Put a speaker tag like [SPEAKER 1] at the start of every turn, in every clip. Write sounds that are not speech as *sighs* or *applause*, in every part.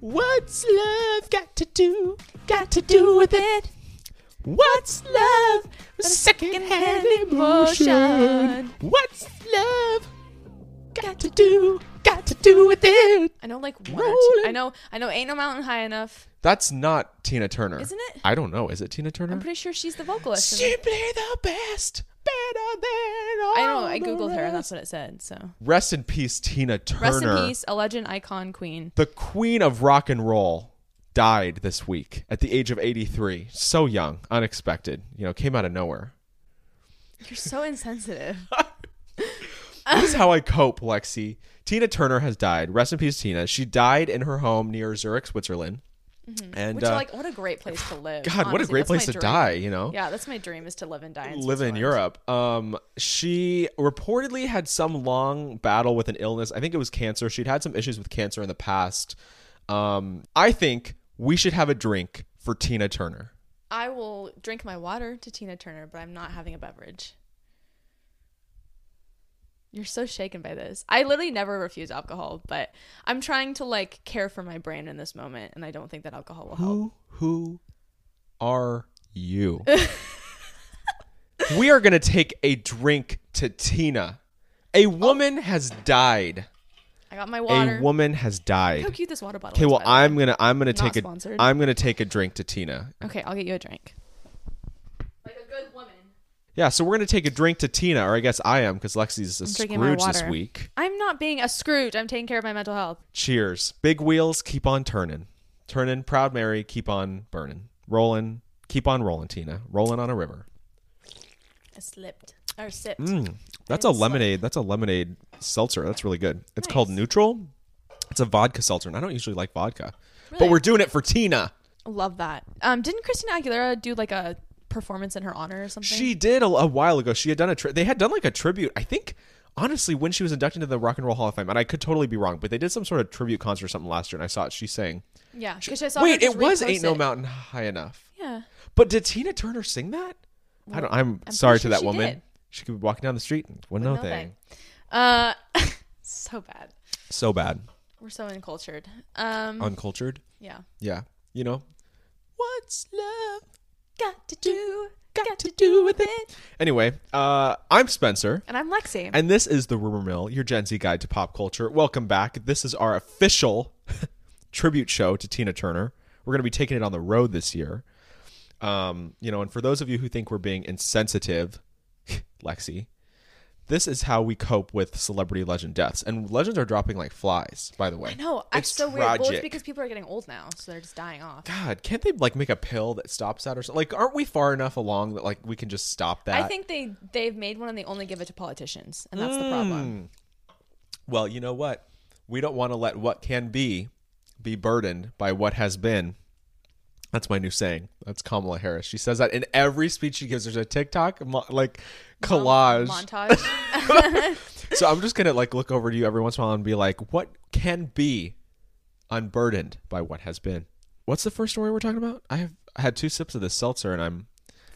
[SPEAKER 1] What's love got to do? Got to do with it. What's love? A secondhand emotion.
[SPEAKER 2] emotion.
[SPEAKER 1] What's love? Got to do. Got to do with it.
[SPEAKER 2] I know like one. Or two.
[SPEAKER 1] Rolling.
[SPEAKER 2] I know. I know. Ain't no mountain high enough.
[SPEAKER 3] That's not Tina Turner.
[SPEAKER 2] Isn't it?
[SPEAKER 3] I don't know. Is it Tina Turner?
[SPEAKER 2] I'm pretty sure she's the vocalist. in it.
[SPEAKER 1] Simply the best. Better than all
[SPEAKER 2] I know. I
[SPEAKER 1] the
[SPEAKER 2] googled her and
[SPEAKER 1] rest.
[SPEAKER 2] that's what it said. So
[SPEAKER 3] Rest in peace, Tina Turner.
[SPEAKER 2] rest in peace, a legend, icon, queen.
[SPEAKER 3] The queen of rock and roll died this week at the age of 83. So young, unexpected. You know, came out of nowhere.
[SPEAKER 2] You're
[SPEAKER 3] *laughs*
[SPEAKER 2] so insensitive.
[SPEAKER 3] This is how I cope, Lexi. Tina Turner has died. Rest in peace, Tina. She died in her home near Zurich, Switzerland. And
[SPEAKER 2] Mm-hmm. Which
[SPEAKER 3] uh,
[SPEAKER 2] like what a great place to live.
[SPEAKER 3] God, what a
[SPEAKER 2] honestly.
[SPEAKER 3] great
[SPEAKER 2] That's
[SPEAKER 3] place
[SPEAKER 2] my
[SPEAKER 3] to
[SPEAKER 2] dream.
[SPEAKER 3] die. You know.
[SPEAKER 2] Yeah, that's my dream is to live and die in
[SPEAKER 3] live in
[SPEAKER 2] Switzerland.
[SPEAKER 3] Europe. Um, she reportedly had some long battle with an illness. I think it was cancer. She'd had some issues with cancer in the past. Um, I think we should have a drink for Tina Turner.
[SPEAKER 2] I will drink my water to Tina Turner, but I'm not having a beverage. You're so shaken by this. I literally never refuse alcohol, but I'm trying to like care for my brain in this moment, and I don't think that alcohol will help.
[SPEAKER 3] Who who are
[SPEAKER 2] *laughs*
[SPEAKER 3] you? we are gonna take a drink to Tina. A woman has died.
[SPEAKER 2] I got my Oh. water.
[SPEAKER 3] A woman has died.
[SPEAKER 2] How cute this water bottle
[SPEAKER 3] Okay,
[SPEAKER 2] is,
[SPEAKER 3] well
[SPEAKER 2] by the way.
[SPEAKER 3] I'm gonna I'm gonna
[SPEAKER 2] Not
[SPEAKER 3] take
[SPEAKER 2] sponsored.
[SPEAKER 3] a I'm gonna take a drink to Tina.
[SPEAKER 2] Okay, I'll get you a drink. Like a good woman.
[SPEAKER 3] Yeah, so we're gonna take a drink to Tina, or I guess I am, because Lexi's a
[SPEAKER 2] I'm drinking my
[SPEAKER 3] Scrooge this
[SPEAKER 2] water.
[SPEAKER 3] week.
[SPEAKER 2] I'm not being a Scrooge. I'm taking care of my mental health.
[SPEAKER 3] Cheers. Big wheels, keep on turning. Turning, proud Mary, keep on burning. Rolling, keep on rolling, Tina. Rolling on a river.
[SPEAKER 2] I slipped. Or sipped.
[SPEAKER 3] Mm, that's a lemonade. That's a lemonade seltzer. That's really good. It's called Neutral. It's a vodka seltzer, and I don't usually like vodka, but
[SPEAKER 2] Really?
[SPEAKER 3] we're doing it for Tina.
[SPEAKER 2] Love that. Um, didn't Christina Aguilera do like a performance in her honor or something?
[SPEAKER 3] She did a, a while ago. She had done a tri- they had done like a tribute. I think honestly when she was inducted into the Rock and Roll Hall of Fame, and I could totally be wrong, but they did some sort of tribute concert or something last year, and I saw it. She sang.
[SPEAKER 2] Yeah, because I saw.
[SPEAKER 3] Wait,
[SPEAKER 2] her
[SPEAKER 3] it
[SPEAKER 2] just
[SPEAKER 3] was
[SPEAKER 2] repost
[SPEAKER 3] "Ain't No
[SPEAKER 2] it.
[SPEAKER 3] Mountain High Enough."
[SPEAKER 2] Yeah.
[SPEAKER 3] But did Tina Turner sing that? I don't. I'm,
[SPEAKER 2] pretty
[SPEAKER 3] sorry to
[SPEAKER 2] sure
[SPEAKER 3] that
[SPEAKER 2] she
[SPEAKER 3] woman.
[SPEAKER 2] did.
[SPEAKER 3] She could be walking down the street and wouldn't know a
[SPEAKER 2] no
[SPEAKER 3] thing.
[SPEAKER 2] thing. Uh, *laughs* so bad.
[SPEAKER 3] So bad,
[SPEAKER 2] We're so uncultured. Um,
[SPEAKER 3] uncultured.
[SPEAKER 2] yeah.
[SPEAKER 3] Yeah, you know. What's love?
[SPEAKER 2] Got to do.
[SPEAKER 1] Got to do with it.
[SPEAKER 3] Anyway, uh, I'm Spencer.
[SPEAKER 2] And I'm Lexi.
[SPEAKER 3] And this is the Rumor Mill, your Gen Z guide to pop culture. Welcome back. This is our official *laughs* tribute show to Tina Turner. We're going to be taking it on the road this year. Um, you know, and for those of you who think we're being insensitive, *laughs* Lexi, this is how we cope with celebrity legend deaths. And legends are dropping like flies, by the way.
[SPEAKER 2] no, it's
[SPEAKER 3] It's
[SPEAKER 2] so weird. Well,
[SPEAKER 3] tragic.
[SPEAKER 2] it's because people are getting old now, so they're just dying off.
[SPEAKER 3] God, can't they like make a pill that stops that or something? Like, aren't we far enough along that like we can just stop that?
[SPEAKER 2] I think they they've made one and they only give it to politicians, and that's the problem.
[SPEAKER 3] Well, you know what? We don't want to let what can be be burdened by what has been. That's my new saying. That's Kamala Harris. She says that in every speech she gives. There's a TikTok mo- like collage. *laughs*
[SPEAKER 2] Montage.
[SPEAKER 3] so I'm just gonna like look over to you every once in a while and be like, "What can be unburdened by what has been?" What's the first story we're talking about? I have I had two sips of this seltzer and I'm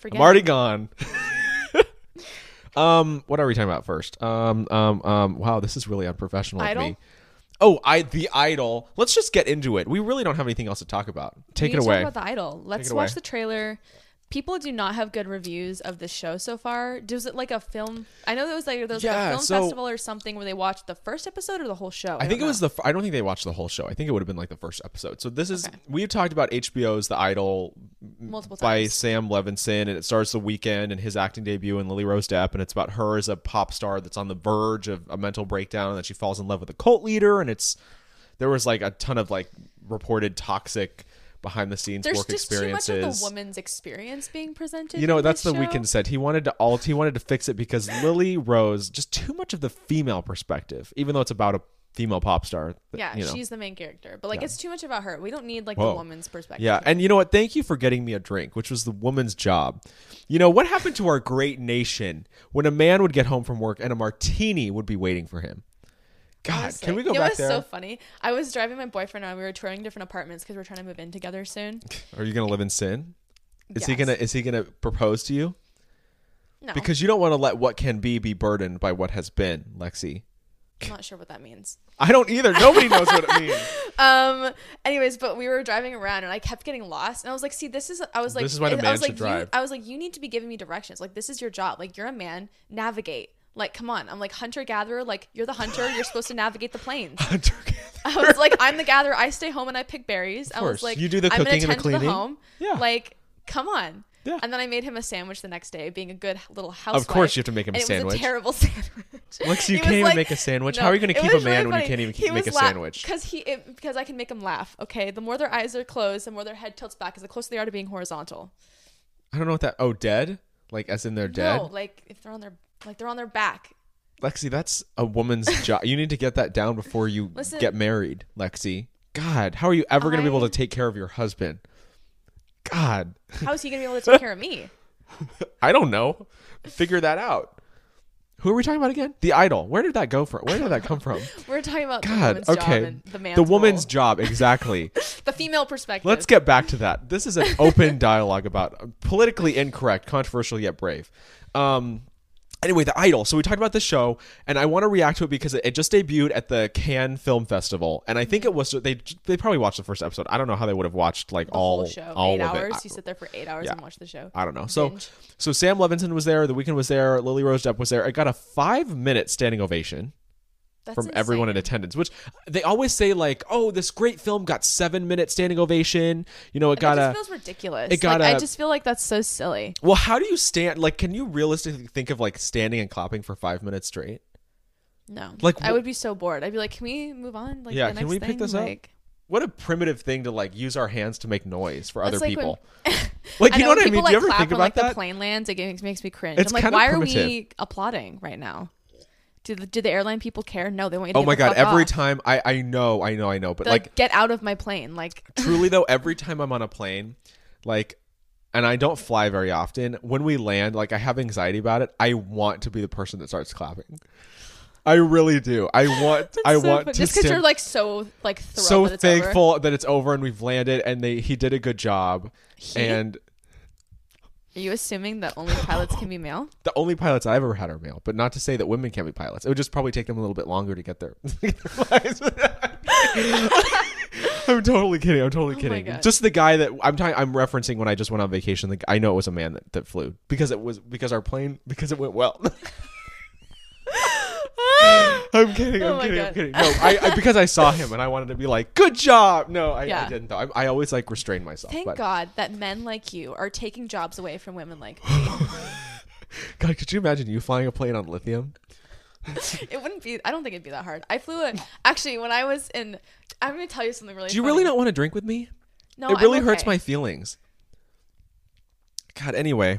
[SPEAKER 2] Forget.
[SPEAKER 3] I'm already gone. *laughs* um, what are we talking about first? Um, um, um. Wow, this is really unprofessional of
[SPEAKER 2] Idol?
[SPEAKER 3] me. Oh, I the idol. Let's just get into it. We really don't have anything else to talk about.
[SPEAKER 2] We
[SPEAKER 3] Take
[SPEAKER 2] need
[SPEAKER 3] it
[SPEAKER 2] to
[SPEAKER 3] away.
[SPEAKER 2] Talk about the idol. Let's
[SPEAKER 3] it
[SPEAKER 2] watch
[SPEAKER 3] away.
[SPEAKER 2] the trailer. People do not have good reviews of the show so far. Was it like a film? I know there was like there was like,
[SPEAKER 3] Yeah,
[SPEAKER 2] a film
[SPEAKER 3] so-
[SPEAKER 2] festival or something where they watched the first episode or the whole show.
[SPEAKER 3] I think it
[SPEAKER 2] don't
[SPEAKER 3] was the. I don't think they watched the whole show. I think it would have been like the first episode. So this is we've talked about HBO's The Idol
[SPEAKER 2] know. multiple
[SPEAKER 3] by
[SPEAKER 2] times.
[SPEAKER 3] Sam Levinson, and it stars The Weeknd and his acting debut in Lily Rose Depp, and it's about her as a pop star that's on the verge of a mental breakdown, and then she falls in love with a cult leader, and it's there was like a ton of like reported toxic behind the scenes
[SPEAKER 2] There's
[SPEAKER 3] work
[SPEAKER 2] just too much
[SPEAKER 3] experiences.
[SPEAKER 2] of the woman's experience being presented.
[SPEAKER 3] You know,
[SPEAKER 2] in
[SPEAKER 3] that's the
[SPEAKER 2] this show.
[SPEAKER 3] weekend said. He wanted to alt. He wanted to fix it because Lily Rose just too much of the female perspective, even though it's about a female pop star. but,
[SPEAKER 2] Yeah,
[SPEAKER 3] you know.
[SPEAKER 2] she's the main character, but like it's too much about her. We don't need like
[SPEAKER 3] Whoa.
[SPEAKER 2] the woman's perspective.
[SPEAKER 3] Yeah, and you know what? Thank you for getting me a drink, which was the woman's job. You know what happened to our great nation when a man would get home from work and a martini would be waiting for him? God,
[SPEAKER 2] Honestly.
[SPEAKER 3] can we go
[SPEAKER 2] you know
[SPEAKER 3] back
[SPEAKER 2] what's
[SPEAKER 3] there?
[SPEAKER 2] so funny? I was driving my boyfriend around. We were touring different apartments because we're trying to move in together soon.
[SPEAKER 3] Are you gonna live in sin? Is he
[SPEAKER 2] Yes.
[SPEAKER 3] gonna is he gonna propose to you?
[SPEAKER 2] No,
[SPEAKER 3] Because you don't want to let what can be be burdened by what has been, Lexi.
[SPEAKER 2] I'm
[SPEAKER 3] dick.
[SPEAKER 2] not sure what that means.
[SPEAKER 3] I don't either. Nobody knows what it means.
[SPEAKER 2] Um. Anyways, but we were driving around and I kept getting lost, and I was like, "See, this is." I was like,
[SPEAKER 3] This is why the
[SPEAKER 2] I
[SPEAKER 3] man
[SPEAKER 2] was
[SPEAKER 3] should
[SPEAKER 2] like,
[SPEAKER 3] drive.
[SPEAKER 2] You, I was like, "You need to be giving me directions. Like, this is your job. Like, you're a man. Navigate. Like, come on. I'm like hunter gatherer. Like, you're the hunter. You're supposed to navigate the plains."
[SPEAKER 3] Hunter
[SPEAKER 2] *laughs* *laughs* I was like, "I'm the gatherer. I stay home and I pick berries." I
[SPEAKER 3] course.
[SPEAKER 2] was like,
[SPEAKER 3] You do the
[SPEAKER 2] I'm gonna
[SPEAKER 3] cooking and the
[SPEAKER 2] tend to
[SPEAKER 3] cleaning."
[SPEAKER 2] home.
[SPEAKER 3] Yeah.
[SPEAKER 2] Like, come on.
[SPEAKER 3] Yeah.
[SPEAKER 2] And then I made him a sandwich the next day, being a good little housewife.
[SPEAKER 3] course you have to make him a
[SPEAKER 2] and it
[SPEAKER 3] sandwich.
[SPEAKER 2] was a terrible *laughs* sandwich.
[SPEAKER 3] Lex, you can't even make a sandwich. How are you gonna keep a man when you can't even keep- make a sandwich?
[SPEAKER 2] Because he, it, because I can make him laugh. Okay, the more their eyes are closed, the more their head tilts back, is the closer they are to being horizontal.
[SPEAKER 3] *laughs* I don't know what that. Oh, dead? Like as in they're dead.
[SPEAKER 2] No, like if they're on their, like they're on their back.
[SPEAKER 3] Lexi, that's a woman's job. You need to get that down before you
[SPEAKER 2] Listen-
[SPEAKER 3] get married, Lexi. God, how are you ever going to be able
[SPEAKER 2] I-
[SPEAKER 3] to take care of your husband? God,
[SPEAKER 2] How is he gonna be able to take care of me?
[SPEAKER 3] I don't know. Figure that out. Who are we talking about again? The idol. Where duld that go from? Where did that come from?
[SPEAKER 2] We're talking about
[SPEAKER 3] God,
[SPEAKER 2] *laughs* the woman's job
[SPEAKER 3] okay.
[SPEAKER 2] and the man's
[SPEAKER 3] woman's
[SPEAKER 2] role.
[SPEAKER 3] job,
[SPEAKER 2] *laughs*
[SPEAKER 3] exactly.
[SPEAKER 2] the female perspective.
[SPEAKER 3] Let's get back to that. This
[SPEAKER 2] *laughs*
[SPEAKER 3] is an open dialogue about uh, politically incorrect, controversial yet brave. Um, anyway, the idol. So we talked about this show, and I want to react to it because it, it just debuted at the Cannes Film Festival, and I think it was they they probably watched the first episode. I don't know how they would have watched like
[SPEAKER 2] the
[SPEAKER 3] all
[SPEAKER 2] whole show.
[SPEAKER 3] all
[SPEAKER 2] eight
[SPEAKER 3] of
[SPEAKER 2] hours.
[SPEAKER 3] it.
[SPEAKER 2] You sit there for eight hours
[SPEAKER 3] Yeah. Uh,
[SPEAKER 2] and watch the show.
[SPEAKER 3] I, I don't know. So
[SPEAKER 2] Binge.
[SPEAKER 3] so Sam Levinson was there. The Weekend was there. Lily Rose Depp was there. It got a five minute standing ovation
[SPEAKER 2] That's
[SPEAKER 3] from everyone in
[SPEAKER 2] insane.
[SPEAKER 3] attendance, which they always say like, "Oh, this great film got seven minute standing ovation." You know, it got
[SPEAKER 2] It
[SPEAKER 3] a
[SPEAKER 2] just feels ridiculous.
[SPEAKER 3] it got
[SPEAKER 2] like,
[SPEAKER 3] a-
[SPEAKER 2] I just feel like that's so silly.
[SPEAKER 3] Well, how do you stand? Like, can you realistically think of like standing and clapping for five minutes straight?
[SPEAKER 2] No,
[SPEAKER 3] Like,
[SPEAKER 2] like
[SPEAKER 3] wh-
[SPEAKER 2] I would be so bored. I'd be like, "Can we move on? Like,
[SPEAKER 3] Yeah,
[SPEAKER 2] the
[SPEAKER 3] can
[SPEAKER 2] next
[SPEAKER 3] we pick
[SPEAKER 2] thing?
[SPEAKER 3] this up?
[SPEAKER 2] like,
[SPEAKER 3] What a primitive thing to like use our hands to make noise for other
[SPEAKER 2] That's like
[SPEAKER 3] people.
[SPEAKER 2] when-
[SPEAKER 3] *laughs*
[SPEAKER 2] *laughs*
[SPEAKER 3] Like, you know,
[SPEAKER 2] when
[SPEAKER 3] what I
[SPEAKER 2] people,
[SPEAKER 3] mean?
[SPEAKER 2] Like,
[SPEAKER 3] do you ever
[SPEAKER 2] clap
[SPEAKER 3] think
[SPEAKER 2] when,
[SPEAKER 3] about
[SPEAKER 2] like,
[SPEAKER 3] that?
[SPEAKER 2] The plane lands. It makes, makes me cringe.
[SPEAKER 3] It's
[SPEAKER 2] I'm like,
[SPEAKER 3] kinda
[SPEAKER 2] why are we
[SPEAKER 3] primitive.
[SPEAKER 2] applauding right now? Do the do the airline people care? No, they want you. To
[SPEAKER 3] oh
[SPEAKER 2] get
[SPEAKER 3] my
[SPEAKER 2] the
[SPEAKER 3] god!
[SPEAKER 2] fuck
[SPEAKER 3] Every
[SPEAKER 2] off.
[SPEAKER 3] time I, I know, I know, I know, but
[SPEAKER 2] They're *laughs*
[SPEAKER 3] like
[SPEAKER 2] like, get out of my plane. Like, *laughs*
[SPEAKER 3] truly though, every time I'm on a plane, like, and I don't fly very often. When we land, like, I have anxiety about it. I want to be the person that starts clapping. I really do. I
[SPEAKER 2] *laughs*
[SPEAKER 3] want. I
[SPEAKER 2] so
[SPEAKER 3] want
[SPEAKER 2] fun-
[SPEAKER 3] to
[SPEAKER 2] just
[SPEAKER 3] stand-
[SPEAKER 2] because you're like so like thrilled
[SPEAKER 3] so
[SPEAKER 2] that it's over.
[SPEAKER 3] thankful that it's over and we've landed and they he did a good job and
[SPEAKER 2] Are you assuming that only pilots can be male?
[SPEAKER 3] the only pilots I've ever had are male, but not to say that women can't be pilots. It would just probably take them a little bit longer *laughs* to get there.
[SPEAKER 2] *laughs*
[SPEAKER 3] I'm totally kidding. I'm totally
[SPEAKER 2] Oh my
[SPEAKER 3] kidding.
[SPEAKER 2] God.
[SPEAKER 3] just the guy that I'm talking, I'm referencing when I just went on vacation. Like I know it was a man that, that flew because it was because our plane because it went well. *laughs* I'm kidding. I'm
[SPEAKER 2] Oh my
[SPEAKER 3] kidding. I'm
[SPEAKER 2] God.
[SPEAKER 3] kidding. No, I, I because I saw him and I wanted to be like, good job. No, I, I
[SPEAKER 2] Yeah.
[SPEAKER 3] didn't though. I, I always like restrain *laughs* myself.
[SPEAKER 2] *laughs* Thank
[SPEAKER 3] but-
[SPEAKER 2] God that men like you are taking jobs away from women like
[SPEAKER 3] *laughs* God, could you imagine you flying a plane on lithium?
[SPEAKER 2] it wouldn't be. I don't think it'd be that hard. I flew a actually when I was in. I'm gonna tell you something really.
[SPEAKER 3] Do you
[SPEAKER 2] funny.
[SPEAKER 3] really not want to drink with me?
[SPEAKER 2] No,
[SPEAKER 3] it
[SPEAKER 2] I'm
[SPEAKER 3] really hurts
[SPEAKER 2] okay.
[SPEAKER 3] my feelings. God. Anyway,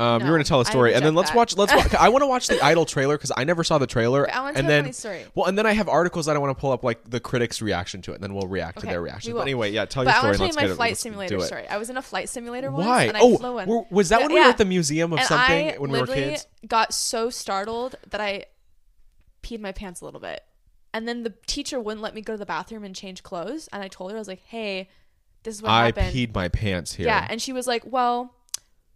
[SPEAKER 3] um, you
[SPEAKER 2] No,
[SPEAKER 3] were gonna tell a
[SPEAKER 2] I
[SPEAKER 3] story, and then let's
[SPEAKER 2] reject
[SPEAKER 3] watch. Let's.
[SPEAKER 2] *laughs*
[SPEAKER 3] Watch, I want to watch the Idol trailer because I never saw the trailer.
[SPEAKER 2] I wanna
[SPEAKER 3] and
[SPEAKER 2] tell a
[SPEAKER 3] then,
[SPEAKER 2] funny story.
[SPEAKER 3] Well, and then I have articles that I want to pull up, like the critics' reaction to it, and then we'll react to
[SPEAKER 2] Okay,
[SPEAKER 3] their
[SPEAKER 2] we
[SPEAKER 3] reaction.
[SPEAKER 2] will.
[SPEAKER 3] But anyway, yeah, tell
[SPEAKER 2] But
[SPEAKER 3] your
[SPEAKER 2] I
[SPEAKER 3] story.
[SPEAKER 2] want
[SPEAKER 3] and
[SPEAKER 2] to tell you
[SPEAKER 3] let's get
[SPEAKER 2] my
[SPEAKER 3] it-
[SPEAKER 2] flight
[SPEAKER 3] let's
[SPEAKER 2] simulator
[SPEAKER 3] do it.
[SPEAKER 2] story. I was in a flight simulator
[SPEAKER 3] Why?
[SPEAKER 2] once, and I
[SPEAKER 3] oh,
[SPEAKER 2] flew one.
[SPEAKER 3] were- was that
[SPEAKER 2] Yeah,
[SPEAKER 3] when we were
[SPEAKER 2] yeah.
[SPEAKER 3] at the museum of
[SPEAKER 2] and
[SPEAKER 3] something
[SPEAKER 2] I
[SPEAKER 3] when we were
[SPEAKER 2] literally
[SPEAKER 3] kids?
[SPEAKER 2] got so startled that I peed my pants a little bit, and then the teacher wouldn't let me go to the bathroom and change clothes, and I told her I was like, "Hey, this is what
[SPEAKER 3] I
[SPEAKER 2] happened."
[SPEAKER 3] peed my pants here.
[SPEAKER 2] Yeah, and she was like, "Well."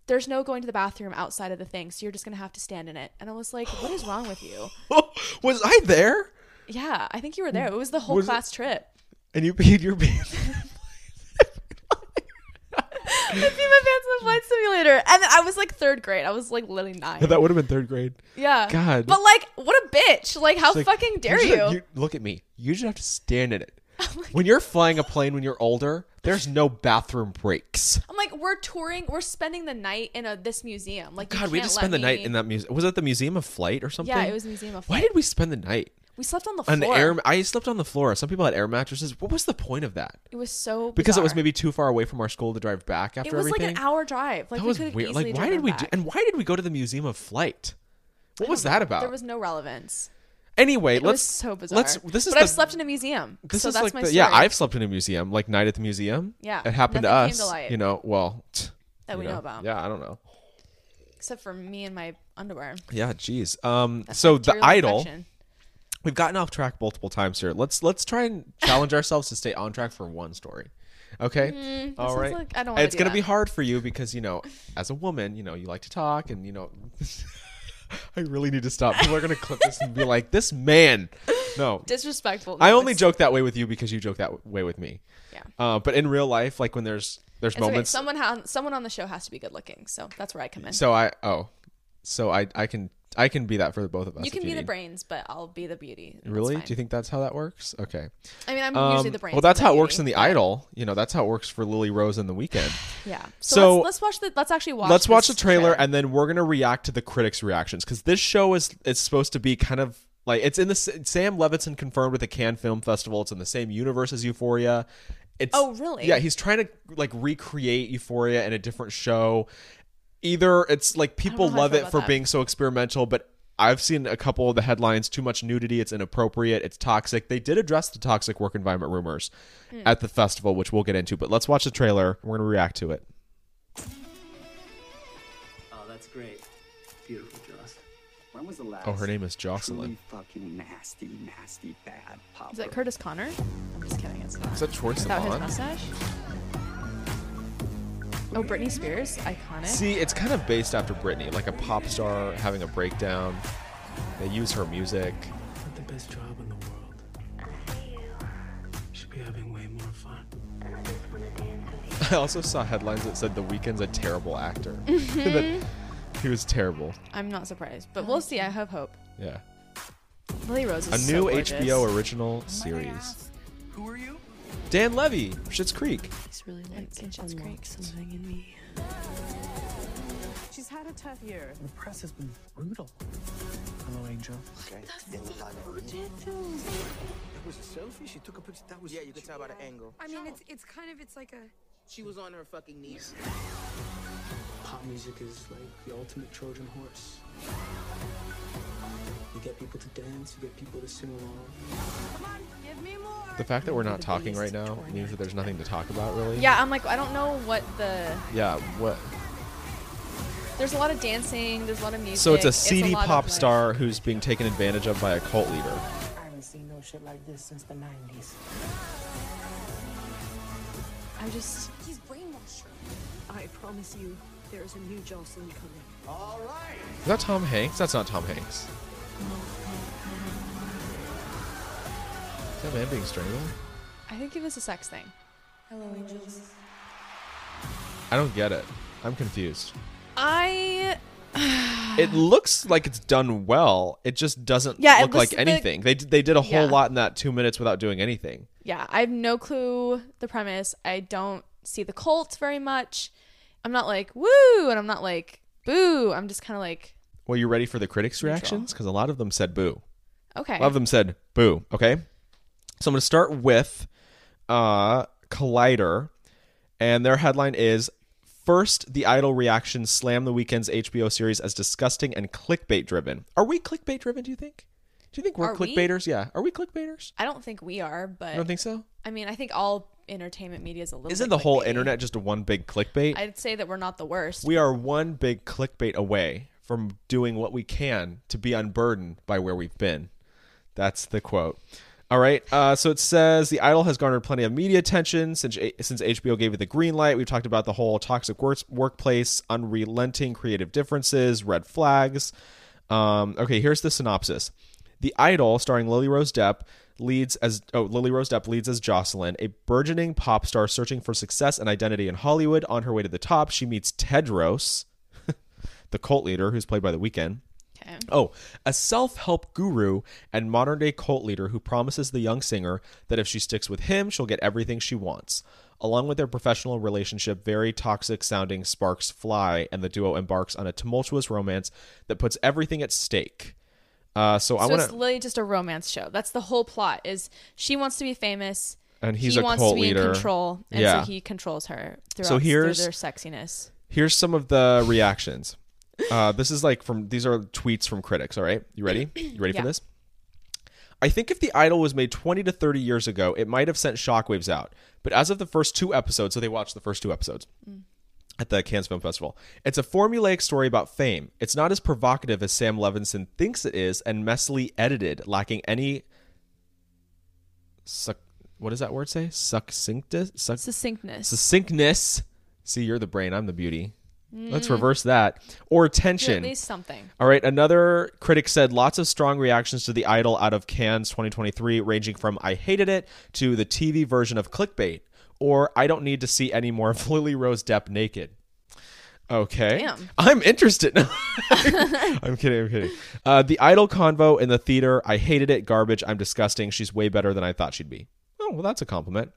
[SPEAKER 2] There's no going to the bathroom outside of the thing, so you're just gonna have to stand in it. And I was like, "What is wrong with you?"
[SPEAKER 3] *laughs* was I there?
[SPEAKER 2] Yeah, I think you were there. It was the whole
[SPEAKER 3] Was it-
[SPEAKER 2] class trip.
[SPEAKER 3] And you peed your pants.
[SPEAKER 2] *laughs*
[SPEAKER 3] *laughs*
[SPEAKER 2] I peed my pants in the flight simulator, and I was like third grade. I was like literally nine.
[SPEAKER 3] that would have been third grade.
[SPEAKER 2] yeah,
[SPEAKER 3] God.
[SPEAKER 2] But like, what a bitch! Like, how
[SPEAKER 3] It's like,
[SPEAKER 2] fucking dare
[SPEAKER 3] should-
[SPEAKER 2] you? Oh
[SPEAKER 3] Look at me. You just have to stand in
[SPEAKER 2] *laughs*
[SPEAKER 3] it. When you're flying a plane when you're older, there's no bathroom breaks.
[SPEAKER 2] I'm like, we're touring. We're spending the night in a this museum. Like, you
[SPEAKER 3] God, we
[SPEAKER 2] can't
[SPEAKER 3] just
[SPEAKER 2] let
[SPEAKER 3] spend the night
[SPEAKER 2] me-
[SPEAKER 3] in that museum. Was that the Museum of Flight or something?
[SPEAKER 2] Yeah, it was a museum of.
[SPEAKER 3] Why
[SPEAKER 2] Flight.
[SPEAKER 3] did we spend the night?
[SPEAKER 2] we slept on the
[SPEAKER 3] An
[SPEAKER 2] floor?
[SPEAKER 3] air. I slept on the floor. Some people had air mattresses. What was the point of that?
[SPEAKER 2] it was so
[SPEAKER 3] Because it was
[SPEAKER 2] bizarre.
[SPEAKER 3] maybe too far away from our school to drive back after
[SPEAKER 2] It was
[SPEAKER 3] everything.
[SPEAKER 2] like an hour drive. Like
[SPEAKER 3] that
[SPEAKER 2] we
[SPEAKER 3] was
[SPEAKER 2] could have
[SPEAKER 3] weird.
[SPEAKER 2] easily
[SPEAKER 3] Like, why
[SPEAKER 2] driven
[SPEAKER 3] did we?
[SPEAKER 2] back.
[SPEAKER 3] Do, and why did we go to the Museum of Flight? What was that about?
[SPEAKER 2] There was no relevance.
[SPEAKER 3] anyway,
[SPEAKER 2] It
[SPEAKER 3] let's
[SPEAKER 2] was so bizarre.
[SPEAKER 3] let's. This is
[SPEAKER 2] but
[SPEAKER 3] the,
[SPEAKER 2] I've slept in a museum.
[SPEAKER 3] this
[SPEAKER 2] so
[SPEAKER 3] is
[SPEAKER 2] that's
[SPEAKER 3] like
[SPEAKER 2] my
[SPEAKER 3] the,
[SPEAKER 2] story.
[SPEAKER 3] yeah i've slept in a museum like night at the museum
[SPEAKER 2] Yeah,
[SPEAKER 3] it happened to
[SPEAKER 2] nothing came
[SPEAKER 3] us
[SPEAKER 2] to light.
[SPEAKER 3] you know well t-
[SPEAKER 2] That
[SPEAKER 3] you
[SPEAKER 2] we know about.
[SPEAKER 3] yeah i don't know
[SPEAKER 2] except for me and my underwear.
[SPEAKER 3] yeah geez um so the
[SPEAKER 2] Bacterial
[SPEAKER 3] idol
[SPEAKER 2] infection.
[SPEAKER 3] we've gotten off track multiple times here let's let's try and
[SPEAKER 2] *laughs*
[SPEAKER 3] challenge ourselves to stay on track for one story okay
[SPEAKER 2] that
[SPEAKER 3] all
[SPEAKER 2] sounds
[SPEAKER 3] right
[SPEAKER 2] Mm, like- I don't wanna
[SPEAKER 3] it's
[SPEAKER 2] do
[SPEAKER 3] gonna
[SPEAKER 2] that.
[SPEAKER 3] be hard for you because you know as a woman you know you like to talk *laughs* and you know i really need to stop people are gonna clip this and be like this man No.
[SPEAKER 2] Disrespectful.
[SPEAKER 3] I only
[SPEAKER 2] it's-
[SPEAKER 3] joke that way with you because you joke that way with me.
[SPEAKER 2] Yeah.
[SPEAKER 3] Uh, but in real life, like when there's there's
[SPEAKER 2] It's okay.
[SPEAKER 3] moments.
[SPEAKER 2] Someone ha- someone on the show has to be good looking, so that's where I come in.
[SPEAKER 3] So I oh, so I I can I can be that for the both of us.
[SPEAKER 2] you can
[SPEAKER 3] if
[SPEAKER 2] be the
[SPEAKER 3] need.
[SPEAKER 2] brains, but I'll be the beauty. That's
[SPEAKER 3] Really?
[SPEAKER 2] fine.
[SPEAKER 3] Do you think that's how that works? Okay.
[SPEAKER 2] I mean, I'm
[SPEAKER 3] Um,
[SPEAKER 2] usually the brains.
[SPEAKER 3] well, that's
[SPEAKER 2] but
[SPEAKER 3] how it
[SPEAKER 2] beauty.
[SPEAKER 3] works in the Idol. You know, that's how it works for Lily Rose in the weekend.
[SPEAKER 2] Yeah. So,
[SPEAKER 3] So-
[SPEAKER 2] let's, let's watch the. Let's actually watch.
[SPEAKER 3] Let's watch the
[SPEAKER 2] this
[SPEAKER 3] trailer, and then we're gonna react to the critics' reactions because this show is it's supposed to be kind of like it's in the s- Sam Levinson confirmed with the Cannes Film Festival. It's in the same universe as Euphoria. It's
[SPEAKER 2] Oh, really?
[SPEAKER 3] Yeah, he's trying to like recreate Euphoria in a different show. Either it's like people
[SPEAKER 2] know how I
[SPEAKER 3] love
[SPEAKER 2] feel
[SPEAKER 3] it
[SPEAKER 2] about
[SPEAKER 3] for
[SPEAKER 2] that.
[SPEAKER 3] being so experimental, but I've seen a couple of the headlines too much nudity, it's inappropriate, it's toxic. They did address the toxic work environment rumors
[SPEAKER 2] Hmm.
[SPEAKER 3] at the festival, which we'll get into, but let's watch the trailer. We're going to react to it.
[SPEAKER 4] Oh, that's great. Beautiful, Joss. When was the last?
[SPEAKER 3] Oh, her name is
[SPEAKER 4] Truly
[SPEAKER 3] Jocelyn.
[SPEAKER 4] fucking nasty, nasty, bad pop.
[SPEAKER 2] Is that Curtis Connor? I'm just kidding. It's not.
[SPEAKER 3] Is that Troy
[SPEAKER 2] Is that his
[SPEAKER 3] Sivan?
[SPEAKER 2] mustache? Oh, Britney Spears, iconic.
[SPEAKER 3] See, it's kind of based after Britney, like a pop star having a breakdown. They use her music. *laughs*
[SPEAKER 5] Not the best job in the world. Should be having way more fun.
[SPEAKER 3] I also saw headlines that said The Weeknd's a terrible actor. *laughs*
[SPEAKER 2] Mm-hmm.
[SPEAKER 3] That he was terrible.
[SPEAKER 2] I'm not surprised, but we'll see. I have hope.
[SPEAKER 3] Yeah.
[SPEAKER 2] Lily Rose is
[SPEAKER 3] A
[SPEAKER 2] so
[SPEAKER 3] new
[SPEAKER 2] gorgeous.
[SPEAKER 3] HBO original series.
[SPEAKER 4] Oh Who are you?
[SPEAKER 3] Dan Levy, Schitt's Creek.
[SPEAKER 6] It's really
[SPEAKER 2] like it unlocked
[SPEAKER 6] something in me.
[SPEAKER 7] She's had a tough year.
[SPEAKER 5] The press has been brutal. Hello, Angel.
[SPEAKER 8] That was a selfie. She took a picture. That was yeah. You could tell by the angle.
[SPEAKER 6] I mean, it's it's kind of it's like a
[SPEAKER 8] She was on her fucking knees.
[SPEAKER 5] Pop music is like the ultimate Trojan horse. You get people to dance, you get people to sing along.
[SPEAKER 3] The fact that we're not talking right now means that there's nothing to talk about, really.
[SPEAKER 2] Yeah, I'm like, I don't know what the.
[SPEAKER 3] Yeah. What?
[SPEAKER 2] There's a lot of dancing. There's a lot of music.
[SPEAKER 3] So it's a seedy
[SPEAKER 2] lot of,
[SPEAKER 3] pop
[SPEAKER 2] like-
[SPEAKER 3] star who's being taken advantage of by a cult leader.
[SPEAKER 9] I haven't seen no shit like this since the 90s.
[SPEAKER 2] I just.
[SPEAKER 6] he's brainwashed. I promise you, there is a new Jocelyn coming.
[SPEAKER 3] Is that Tom Hanks? That's not Tom Hanks. Is that man being strangled?
[SPEAKER 2] I think it was a sex thing.
[SPEAKER 3] I don't get it. I'm confused.
[SPEAKER 2] I.
[SPEAKER 3] It looks like it's done well. It just doesn't
[SPEAKER 2] Yeah, it
[SPEAKER 3] look like
[SPEAKER 2] was the-
[SPEAKER 3] anything. They they did a whole
[SPEAKER 2] Yeah.
[SPEAKER 3] lot in that two minutes without doing anything.
[SPEAKER 2] Yeah, I have no clue the premise. I don't see the cult very much. I'm not like, woo, and I'm not like, boo. I'm just kind of like,
[SPEAKER 3] Well, you ready for the critics' reactions? Because a lot of them said boo.
[SPEAKER 2] okay.
[SPEAKER 3] A lot of them said boo. Okay. So I'm going to start with uh, Collider, and their headline is First, the idol reaction slam the weekend's HBO series as disgusting and clickbait driven. Are we clickbait driven, do you think? Do you think we're
[SPEAKER 2] Are we?
[SPEAKER 3] clickbaiters? Yeah. Are we clickbaiters?
[SPEAKER 2] I don't think we are, but
[SPEAKER 3] You don't think so?
[SPEAKER 2] I mean, I think all entertainment media is a little.
[SPEAKER 3] Isn't
[SPEAKER 2] bit
[SPEAKER 3] the whole
[SPEAKER 2] clickbaity.
[SPEAKER 3] internet just one big clickbait?
[SPEAKER 2] I'd say that we're not the worst.
[SPEAKER 3] we are one big clickbait away from doing what we can to be unburdened by where we've been. That's the quote. All right. Uh, so it says the idol has garnered plenty of media attention since since HBO gave it the green light. We've talked about the whole toxic work, workplace, unrelenting creative differences, red flags. Um, okay, here's the synopsis. The Idol, starring Lily Rose Depp, leads as oh Lily Rose Depp leads as Jocelyn, a burgeoning pop star searching for success and identity in Hollywood. On her way to the top, she meets Tedros, the cult leader who's played by The Weeknd.
[SPEAKER 2] Okay.
[SPEAKER 3] Oh, a self-help guru and modern-day cult leader who promises the young singer that if she sticks with him, she'll get everything she wants. Along with their professional relationship, very toxic sounding sparks fly, and the duo embarks on a tumultuous romance that puts everything at stake. Uh, so, I
[SPEAKER 2] so
[SPEAKER 3] want
[SPEAKER 2] it's literally just a romance show. That's the whole plot. Is she wants to be famous,
[SPEAKER 3] And he's
[SPEAKER 2] he
[SPEAKER 3] a
[SPEAKER 2] wants
[SPEAKER 3] cult
[SPEAKER 2] to be
[SPEAKER 3] leader.
[SPEAKER 2] in control, and
[SPEAKER 3] Yeah.
[SPEAKER 2] so he controls her throughout
[SPEAKER 3] So here's-
[SPEAKER 2] through their sexiness.
[SPEAKER 3] Here's some of the reactions. Uh, this is like from these are tweets from critics. All right, you ready? You ready
[SPEAKER 2] Yeah.
[SPEAKER 3] for this? I think if the idol was made 20 to 30 years ago, it might have sent shockwaves out. But as of the first two episodes, so they watched the first two episodes at the Cannes Film Festival, it's a formulaic story about fame. It's not as provocative as Sam Levinson thinks it is, and messily edited, lacking any. Suc- what does that word say? Succinctus? Suc-
[SPEAKER 2] Succinctness.
[SPEAKER 3] succinctness. See, you're the brain. I'm the beauty. Let's reverse that. Or
[SPEAKER 2] Mm. At
[SPEAKER 3] tension.
[SPEAKER 2] least something.
[SPEAKER 3] All right, another critic said lots of strong reactions to the idol out of Cannes 2023, ranging from I hated it to the TV version of clickbait, or I don't need to see any more of *laughs* Lily Rose Depp naked. Okay.
[SPEAKER 2] Damn.
[SPEAKER 3] I'm interested. *laughs* No. I'm kidding. I'm kidding. Uh, the idol convo in the theater. I hated it. Garbage. I'm disgusting. She's way better than I thought she'd be. Oh, well, that's a compliment.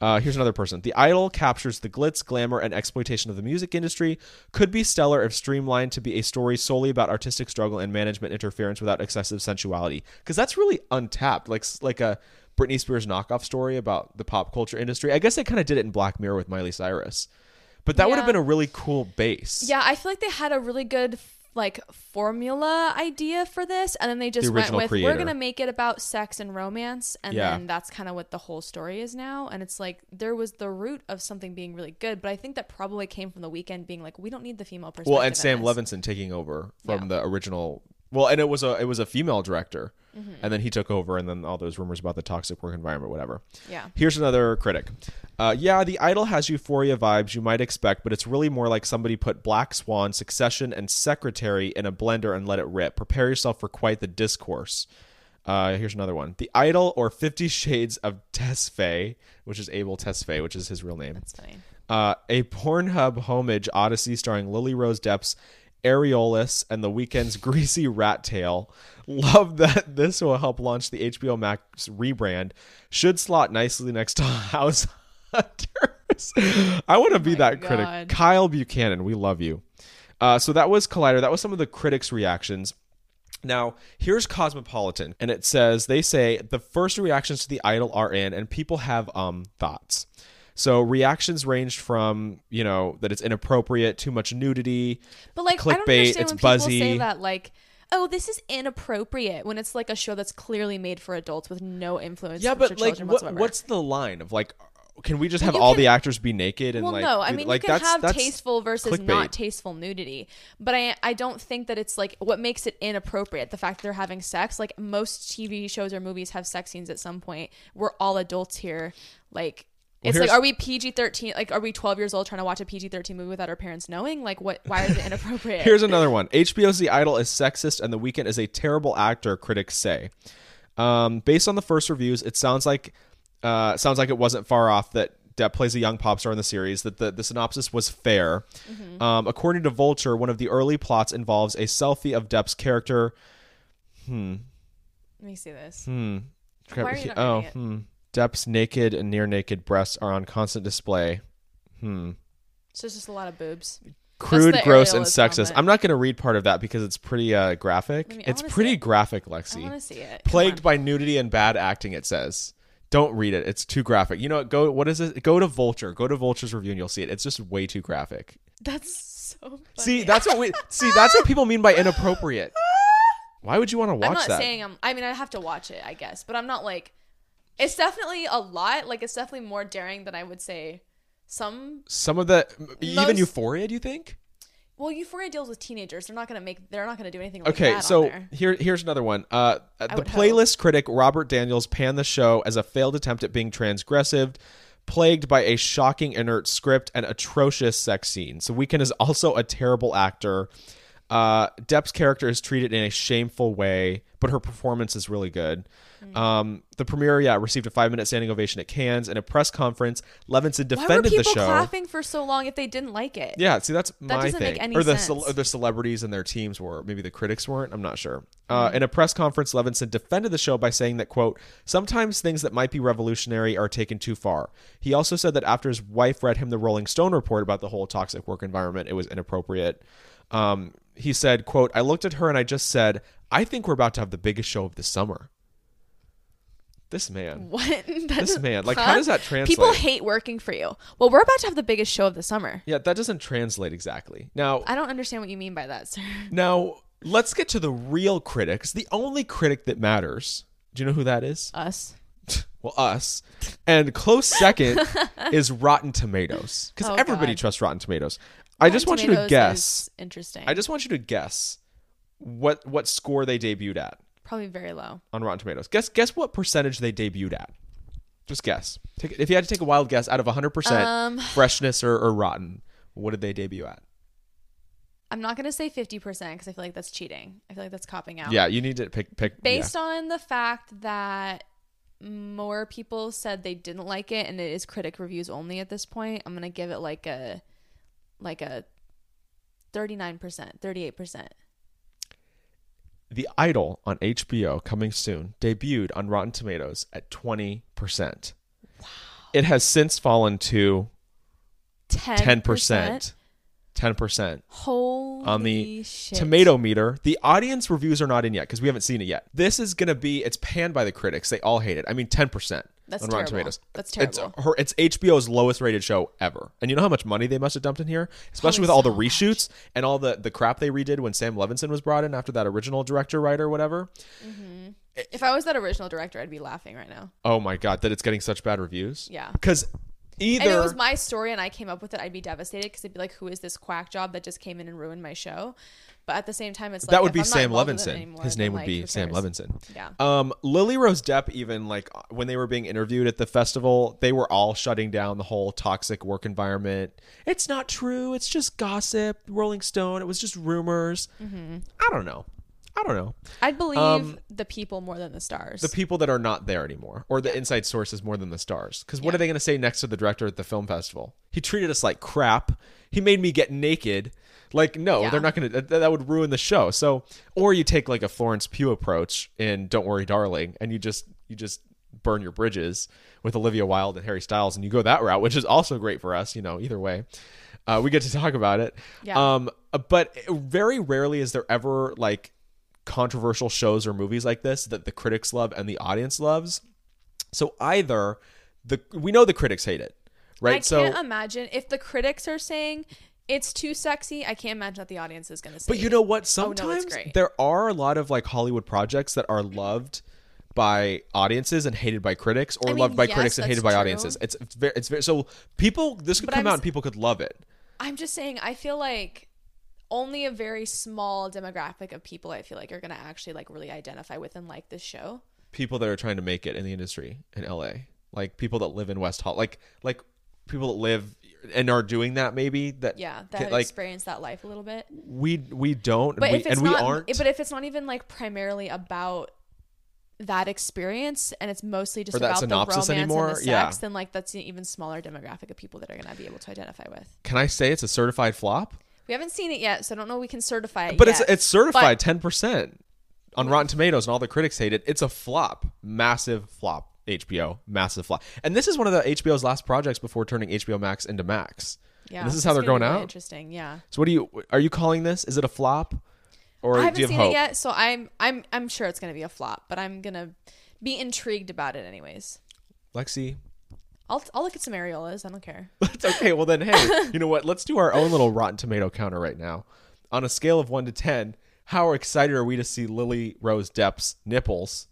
[SPEAKER 3] Uh, here's another person. The Idol captures the glitz, glamour, and exploitation of the music industry. Could be stellar if streamlined to be a story solely about artistic struggle and management interference without excessive sensuality. Because that's really untapped, like like a Britney Spears knockoff story about the pop culture industry. I guess they kind of did it in Black Mirror with Miley Cyrus, but that would have
[SPEAKER 2] Yeah.
[SPEAKER 3] been a really cool base.
[SPEAKER 2] Yeah, I feel like they had a really good like formula idea for this, and then they just
[SPEAKER 3] The
[SPEAKER 2] went
[SPEAKER 3] original
[SPEAKER 2] with
[SPEAKER 3] creator.
[SPEAKER 2] we're gonna make it about sex and romance, and
[SPEAKER 3] Yeah.
[SPEAKER 2] then that's kind of what the whole story is now. And it's like there was the root of something being really good, but I think that probably came from the weekend being like we don't need the female perspective.
[SPEAKER 3] Well,
[SPEAKER 2] in
[SPEAKER 3] and Sam
[SPEAKER 2] this.
[SPEAKER 3] Levinson taking over from the original. Well, and it was a it was a female director,
[SPEAKER 2] Mm-hmm.
[SPEAKER 3] and then he took over, and then all those rumors about the toxic work environment, whatever.
[SPEAKER 2] Yeah.
[SPEAKER 3] Here's another critic. Uh, yeah, the Idol has Euphoria vibes you might expect, but it's really more like somebody put Black Swan, Succession, and Secretary in a blender and let it rip. Prepare yourself for quite the discourse. Uh, here's another one: The Idol or Fifty Shades of Tesfaye, which is Abel Tesfaye, which is his real name
[SPEAKER 2] It's funny.
[SPEAKER 3] uh, a Pornhub homage odyssey starring Lily Rose Depp's Areolus and The Weeknd's *laughs* greasy rat tail. Love that this will help launch the HBO Max rebrand. Should slot nicely next to *laughs* House Hunters. I want to be that critic.
[SPEAKER 2] God.
[SPEAKER 3] Kyle Buchanan, we love you. Uh, so that was Collider. That was some of the critics' reactions. Now, here's Cosmopolitan, and it says they say the first reactions to the idol are in, and people have um thoughts. So reactions ranged from you know that it's inappropriate, too much nudity,
[SPEAKER 2] But like, I don't
[SPEAKER 3] clickbait,
[SPEAKER 2] understand
[SPEAKER 3] it's
[SPEAKER 2] when
[SPEAKER 3] buzzy.
[SPEAKER 2] people say that like. Oh, this is inappropriate when it's like a show that's clearly made for adults with no influence.
[SPEAKER 3] yeah,
[SPEAKER 2] for
[SPEAKER 3] but like,
[SPEAKER 2] children
[SPEAKER 3] what,
[SPEAKER 2] whatsoever.
[SPEAKER 3] what's the line of like, can we just have
[SPEAKER 2] you
[SPEAKER 3] all
[SPEAKER 2] can-
[SPEAKER 3] the actors be naked and
[SPEAKER 2] well
[SPEAKER 3] like,
[SPEAKER 2] no i mean
[SPEAKER 3] like
[SPEAKER 2] you can
[SPEAKER 3] that's
[SPEAKER 2] have
[SPEAKER 3] that's
[SPEAKER 2] tasteful versus
[SPEAKER 3] clickbait.
[SPEAKER 2] not tasteful nudity but i i don't think that it's like what makes it inappropriate the fact that they're having sex like most tv shows or movies have sex scenes at some point we're all adults here like it's like
[SPEAKER 3] here's-
[SPEAKER 2] are we pg-13 like are we 12 years old trying to watch a pg-13 movie without our parents knowing like what
[SPEAKER 3] *laughs*
[SPEAKER 2] why is it inappropriate
[SPEAKER 3] Here's another one. HBO's The Idol is sexist, and The Weeknd is a terrible actor. Critics say. Um, based on the first reviews, it sounds like uh, sounds like it wasn't far off that Depp plays a young pop star in the series. That the, the synopsis was fair.
[SPEAKER 2] Mm-hmm.
[SPEAKER 3] Um, according to Vulture, one of the early plots involves a selfie of Depp's character.
[SPEAKER 2] let me see this
[SPEAKER 3] Hmm. Crap,
[SPEAKER 2] Why are you
[SPEAKER 3] he-
[SPEAKER 2] not
[SPEAKER 3] oh,
[SPEAKER 2] reading it?
[SPEAKER 3] hmm. Depp's naked and near naked breasts are on constant display.
[SPEAKER 2] so it's just a lot of boobs
[SPEAKER 3] Crude,
[SPEAKER 2] the
[SPEAKER 3] gross, and
[SPEAKER 2] areolas
[SPEAKER 3] sexist.
[SPEAKER 2] comment.
[SPEAKER 3] I'm not going to read part of that because it's pretty uh, graphic.
[SPEAKER 2] I
[SPEAKER 3] it's
[SPEAKER 2] wanna see
[SPEAKER 3] pretty
[SPEAKER 2] it.
[SPEAKER 3] graphic,
[SPEAKER 2] i
[SPEAKER 3] Lexi.
[SPEAKER 2] want to see it Come
[SPEAKER 3] plagued
[SPEAKER 2] on.
[SPEAKER 3] by nudity and bad acting it says don't read it it's too graphic you know what go what is it go to vulture go to vulture's review and you'll see it it's just way too graphic
[SPEAKER 2] that's so funny.
[SPEAKER 3] see that's what we see that's what people mean by
[SPEAKER 2] *laughs*
[SPEAKER 3] inappropriate why would you want to watch
[SPEAKER 2] I'm not
[SPEAKER 3] that
[SPEAKER 2] saying I'm. I mean, I have to watch it, I guess, but I'm not like. It's definitely a lot. Like, it's definitely more daring than I would say. Some
[SPEAKER 3] some of the m- even
[SPEAKER 2] Most-
[SPEAKER 3] euphoria do you think
[SPEAKER 2] well, Euphoria deals with teenagers. They're not gonna make. They're not gonna do anything like
[SPEAKER 3] okay
[SPEAKER 2] that.
[SPEAKER 3] so
[SPEAKER 2] on there.
[SPEAKER 3] here here's another one uh the
[SPEAKER 2] would hope.
[SPEAKER 3] playlist critic robert daniels panned the show as a failed attempt at being transgressive plagued by a shocking inert script and atrocious sex scenes so weekend is *laughs* also a terrible actor uh depp's character is treated in a shameful way but her performance is really good
[SPEAKER 2] Hmm.
[SPEAKER 3] um the premiere yeah received a five minute standing ovation at cannes in a press conference levinson
[SPEAKER 2] why were
[SPEAKER 3] defended
[SPEAKER 2] people
[SPEAKER 3] the show
[SPEAKER 2] clapping for so long if they didn't like it?
[SPEAKER 3] yeah, see, that's my
[SPEAKER 2] doesn't
[SPEAKER 3] thing.
[SPEAKER 2] make any
[SPEAKER 3] or the
[SPEAKER 2] sense.
[SPEAKER 3] cel- or the celebrities and their teams were. Maybe the critics weren't. I'm not sure. Uh,
[SPEAKER 2] Mm-hmm.
[SPEAKER 3] in a press conference, Levinson defended the show by saying that, quote, sometimes things that might be revolutionary are taken too far. He also said that after his wife read him the Rolling Stone report about the whole toxic work environment, it was inappropriate. Um, he said, quote, I looked at her and I just said, I think we're about to have the biggest show of the summer. This man.
[SPEAKER 2] *laughs* What? That doesn't-
[SPEAKER 3] man, like, how does that
[SPEAKER 2] People
[SPEAKER 3] translate?
[SPEAKER 2] hate working for you. Well, we're about to have the biggest show of the summer.
[SPEAKER 3] Yeah, that doesn't translate exactly. Now,
[SPEAKER 2] I don't understand what you mean by that, sir. *laughs*
[SPEAKER 3] Now, let's get to the real critics. The only critic that matters. Do you know who that is?
[SPEAKER 2] Us.
[SPEAKER 3] Well, us. And close
[SPEAKER 2] *laughs*
[SPEAKER 3] second is Rotten Tomatoes. Because
[SPEAKER 2] Oh,
[SPEAKER 3] everybody
[SPEAKER 2] God.
[SPEAKER 3] trusts Rotten Tomatoes. I just want you to
[SPEAKER 2] Tomatoes
[SPEAKER 3] guess.
[SPEAKER 2] is Interesting.
[SPEAKER 3] I just want you to guess what what score they debuted at
[SPEAKER 2] probably very low.
[SPEAKER 3] on Rotten Tomatoes. Guess guess what percentage they debuted at. Just guess. Take, if you had to take a wild guess out of 100%
[SPEAKER 2] Um,
[SPEAKER 3] freshness or, or rotten, what did they debut at?
[SPEAKER 2] I'm not gonna say 50% because I feel like that's cheating. I feel like that's copping out.
[SPEAKER 3] Yeah, you need to pick pick.
[SPEAKER 2] Based
[SPEAKER 3] yeah.
[SPEAKER 2] on the fact that more people said they didn't like it and it is critic reviews only at this point, I'm gonna give it like a like a 39%, 38%.
[SPEAKER 3] The Idol on HBO coming soon debuted on Rotten Tomatoes at twenty percent. It has since fallen to
[SPEAKER 2] 10%.
[SPEAKER 3] ten percent. Ten percent.
[SPEAKER 2] Holy
[SPEAKER 3] on the
[SPEAKER 2] shit.
[SPEAKER 3] tomato meter. The audience reviews are not in yet because we haven't seen it yet. This is going to be it's panned by the critics. They all hate it. I mean, ten percent.
[SPEAKER 2] That's
[SPEAKER 3] on Rotten
[SPEAKER 2] terrible.
[SPEAKER 3] Tomatoes.
[SPEAKER 2] That's terrible.
[SPEAKER 3] It's, her, it's HBO's lowest rated show ever, and you know how much money they must have dumped in here, especially
[SPEAKER 2] Probably
[SPEAKER 3] with all the
[SPEAKER 2] so much.
[SPEAKER 3] reshoots and all the the crap they redid when Sam Levinson was brought in after that original director writer whatever.
[SPEAKER 2] If I was that original director, I'd be laughing right now.
[SPEAKER 3] Oh my god, that it's getting such bad reviews.
[SPEAKER 2] Yeah.
[SPEAKER 3] because either
[SPEAKER 2] And it was my story and I came up with it, I'd be devastated because I'd be like, who is this quack job that just came in and ruined my show? But at the same time, it's like
[SPEAKER 3] that would
[SPEAKER 2] if
[SPEAKER 3] be
[SPEAKER 2] I'm not
[SPEAKER 3] Sam
[SPEAKER 2] involved with it
[SPEAKER 3] Levinson.
[SPEAKER 2] anymore,
[SPEAKER 3] His
[SPEAKER 2] then,
[SPEAKER 3] name would
[SPEAKER 2] like,
[SPEAKER 3] be
[SPEAKER 2] who
[SPEAKER 3] Sam
[SPEAKER 2] cares?
[SPEAKER 3] Levinson.
[SPEAKER 2] Yeah.
[SPEAKER 3] Um, Lily Rose Depp, even like when they were being interviewed at the festival, they were all shutting down the whole toxic work environment. It's not true. It's just gossip. Rolling Stone. It was just rumors.
[SPEAKER 2] Mm-hmm.
[SPEAKER 3] I don't know. I don't know.
[SPEAKER 2] I'd believe
[SPEAKER 3] Um,
[SPEAKER 2] the people more than the stars.
[SPEAKER 3] The people that are not there anymore, or the inside sources more than the stars. Because what are they going to say next to the director at the film festival? He treated us like crap. He made me get naked. Like, no,
[SPEAKER 2] Yeah.
[SPEAKER 3] they're not going to, that, that would ruin the show. So, or you take like a Florence Pugh approach in Don't Worry, Darling, and you just, you just burn your bridges with Olivia Wilde and Harry Styles, and you go that route, which is also great for us, you know, either way. Uh, we get to talk about it.
[SPEAKER 2] Yeah.
[SPEAKER 3] Um, but very rarely is there ever like controversial shows or movies like this that the critics love and the audience loves. So either the we know the critics hate it, right?
[SPEAKER 2] I
[SPEAKER 3] so
[SPEAKER 2] can't imagine if the critics are saying it's too sexy. I can't imagine that the audience is going to say.
[SPEAKER 3] but you know what?
[SPEAKER 2] Oh, no, it's
[SPEAKER 3] Sometimes
[SPEAKER 2] great.
[SPEAKER 3] there are a lot of like Hollywood projects that are loved by audiences and hated by critics, or
[SPEAKER 2] I mean,
[SPEAKER 3] loved by
[SPEAKER 2] yes,
[SPEAKER 3] critics and hated
[SPEAKER 2] that's
[SPEAKER 3] by
[SPEAKER 2] true.
[SPEAKER 3] audiences. It's it's very, it's very so people this could
[SPEAKER 2] But
[SPEAKER 3] come
[SPEAKER 2] I'm
[SPEAKER 3] out
[SPEAKER 2] s-
[SPEAKER 3] and people could love it.
[SPEAKER 2] I'm just saying. I feel like only a very small demographic of people. I feel like are going to actually like really identify with and like this show.
[SPEAKER 3] people that are trying to make it in the industry in LA, like people that live in West Hall, like like people that live and are doing that maybe that
[SPEAKER 2] Yeah, that
[SPEAKER 3] can-
[SPEAKER 2] have
[SPEAKER 3] like
[SPEAKER 2] experienced that life a little bit.
[SPEAKER 3] we we don't
[SPEAKER 2] But
[SPEAKER 3] and,
[SPEAKER 2] if
[SPEAKER 3] we,
[SPEAKER 2] it's
[SPEAKER 3] and
[SPEAKER 2] not,
[SPEAKER 3] we aren't
[SPEAKER 2] But if it's not even like primarily about that experience and it's mostly just
[SPEAKER 3] Or that
[SPEAKER 2] about the
[SPEAKER 3] synopsis
[SPEAKER 2] romance
[SPEAKER 3] anymore,
[SPEAKER 2] and the sex,
[SPEAKER 3] yeah.
[SPEAKER 2] then like that's an even smaller demographic of people that are going to be able to identify with.
[SPEAKER 3] can I say it's a certified flop?
[SPEAKER 2] We haven't seen it yet, so I don't know we can certify it.
[SPEAKER 3] But
[SPEAKER 2] yet.
[SPEAKER 3] it's it's certified
[SPEAKER 2] But-
[SPEAKER 3] ten percent on Rotten Tomatoes, and all the critics hate it. It's a flop, massive flop. HBO, massive flop. And this is one of the HBO's last projects before turning HBO Max into Max.
[SPEAKER 2] yeah,
[SPEAKER 3] And this is
[SPEAKER 2] it's
[SPEAKER 3] how they're
[SPEAKER 2] gonna
[SPEAKER 3] going
[SPEAKER 2] be really
[SPEAKER 3] out.
[SPEAKER 2] Interesting, yeah.
[SPEAKER 3] So what do you are you calling this? Is it a flop? Or do
[SPEAKER 2] I haven't
[SPEAKER 3] you have
[SPEAKER 2] seen
[SPEAKER 3] hope?
[SPEAKER 2] it yet, so I'm I'm I'm sure it's going to be a flop, but I'm going to be intrigued about it anyways.
[SPEAKER 3] Lexi,
[SPEAKER 2] I'll I'll look at some areolas. I
[SPEAKER 3] *laughs*
[SPEAKER 2] don't care.
[SPEAKER 3] That's okay. Well, then, hey, you know what? Let's do our own little Rotten Tomato counter right now. On a scale of one to ten, how excited are we to see Lily Rose Depp's nipples?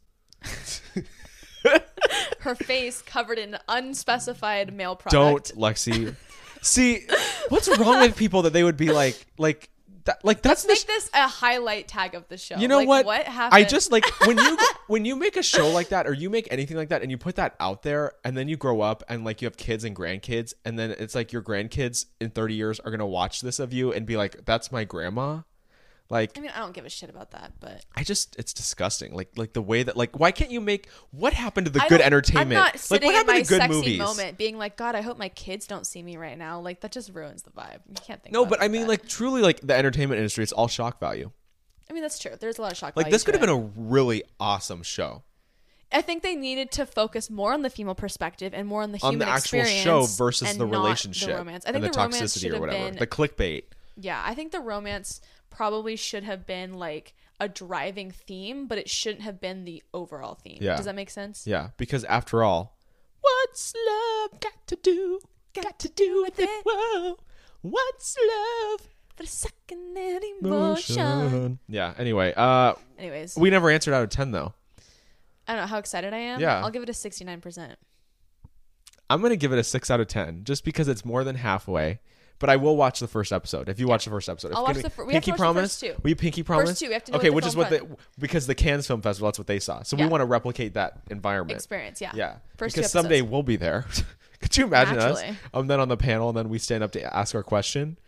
[SPEAKER 2] Her face covered in unspecified male
[SPEAKER 3] Don't,
[SPEAKER 2] product.
[SPEAKER 3] Lexi. see, what's wrong with people that they would be like, like, that, like that's the
[SPEAKER 2] make this a highlight tag of the show.
[SPEAKER 3] You know
[SPEAKER 2] Like,
[SPEAKER 3] what?
[SPEAKER 2] What
[SPEAKER 3] I
[SPEAKER 2] happened?
[SPEAKER 3] just like when you when you make a show like that or you make anything like that and you put that out there and then you grow up and like you have kids and grandkids and then it's like your grandkids in 30 years are going to watch this of you and be like that's my grandma. Like
[SPEAKER 2] I mean, I don't give a shit about that, but
[SPEAKER 3] I just it's disgusting. Like like the way that like why can't you make what happened to the
[SPEAKER 2] I
[SPEAKER 3] good
[SPEAKER 2] don't-
[SPEAKER 3] entertainment?
[SPEAKER 2] I'm not
[SPEAKER 3] like
[SPEAKER 2] sitting
[SPEAKER 3] what happened
[SPEAKER 2] in my
[SPEAKER 3] to good
[SPEAKER 2] sexy
[SPEAKER 3] movies?
[SPEAKER 2] moment, being like, God, I hope my kids don't see me right now. Like that just ruins the vibe. You can't think.
[SPEAKER 3] No,
[SPEAKER 2] about it
[SPEAKER 3] but I mean
[SPEAKER 2] that.
[SPEAKER 3] like truly like the entertainment industry it's all shock value.
[SPEAKER 2] I mean that's true. There's a lot of shock.
[SPEAKER 3] Like
[SPEAKER 2] value
[SPEAKER 3] this
[SPEAKER 2] to
[SPEAKER 3] could have
[SPEAKER 2] it.
[SPEAKER 3] been a really awesome show.
[SPEAKER 2] I think they needed to focus more on the female perspective and more on the
[SPEAKER 3] On
[SPEAKER 2] human
[SPEAKER 3] the actual
[SPEAKER 2] experience
[SPEAKER 3] show versus
[SPEAKER 2] and
[SPEAKER 3] the
[SPEAKER 2] not
[SPEAKER 3] relationship
[SPEAKER 2] The romance. I
[SPEAKER 3] and
[SPEAKER 2] think
[SPEAKER 3] the,
[SPEAKER 2] the, romance
[SPEAKER 3] toxicity
[SPEAKER 2] should
[SPEAKER 3] or
[SPEAKER 2] have
[SPEAKER 3] whatever.
[SPEAKER 2] been.
[SPEAKER 3] The clickbait.
[SPEAKER 2] yeah, I think the romance probably should have been like a driving theme, but it shouldn't have been the overall theme.
[SPEAKER 3] Yeah.
[SPEAKER 2] Does that make sense?
[SPEAKER 3] Yeah, because after all,
[SPEAKER 1] What's love got to do? Got to do with it. Whoa. What's love?
[SPEAKER 2] The second in emotion.
[SPEAKER 3] Yeah. Anyway, uh,
[SPEAKER 2] Anyways,
[SPEAKER 3] we never answered out of ten though.
[SPEAKER 2] I don't know how excited I am.
[SPEAKER 3] Yeah.
[SPEAKER 2] I'll give it a 69%.
[SPEAKER 3] I'm gonna give it a six out of ten just because it's more than halfway. But I will watch the first episode. If you watch the first episode, If-
[SPEAKER 2] I'll
[SPEAKER 3] can
[SPEAKER 2] watch the fir- we have
[SPEAKER 3] Pinky
[SPEAKER 2] to watch the
[SPEAKER 3] Promise.
[SPEAKER 2] first two.
[SPEAKER 3] Will you Pinky Promise?
[SPEAKER 2] two, we have to know
[SPEAKER 3] okay,
[SPEAKER 2] what
[SPEAKER 3] which
[SPEAKER 2] the
[SPEAKER 3] is
[SPEAKER 2] film
[SPEAKER 3] what the because the Cannes Film Festival. That's what they saw. So
[SPEAKER 2] Yeah.
[SPEAKER 3] we want to replicate that environment.
[SPEAKER 2] Experience, yeah.
[SPEAKER 3] Yeah.
[SPEAKER 2] First two
[SPEAKER 3] because someday
[SPEAKER 2] episodes.
[SPEAKER 3] we'll be there. *laughs* Could you imagine Um,
[SPEAKER 2] Naturally.
[SPEAKER 3] us? I'm then on the panel, and then we stand up to ask our question.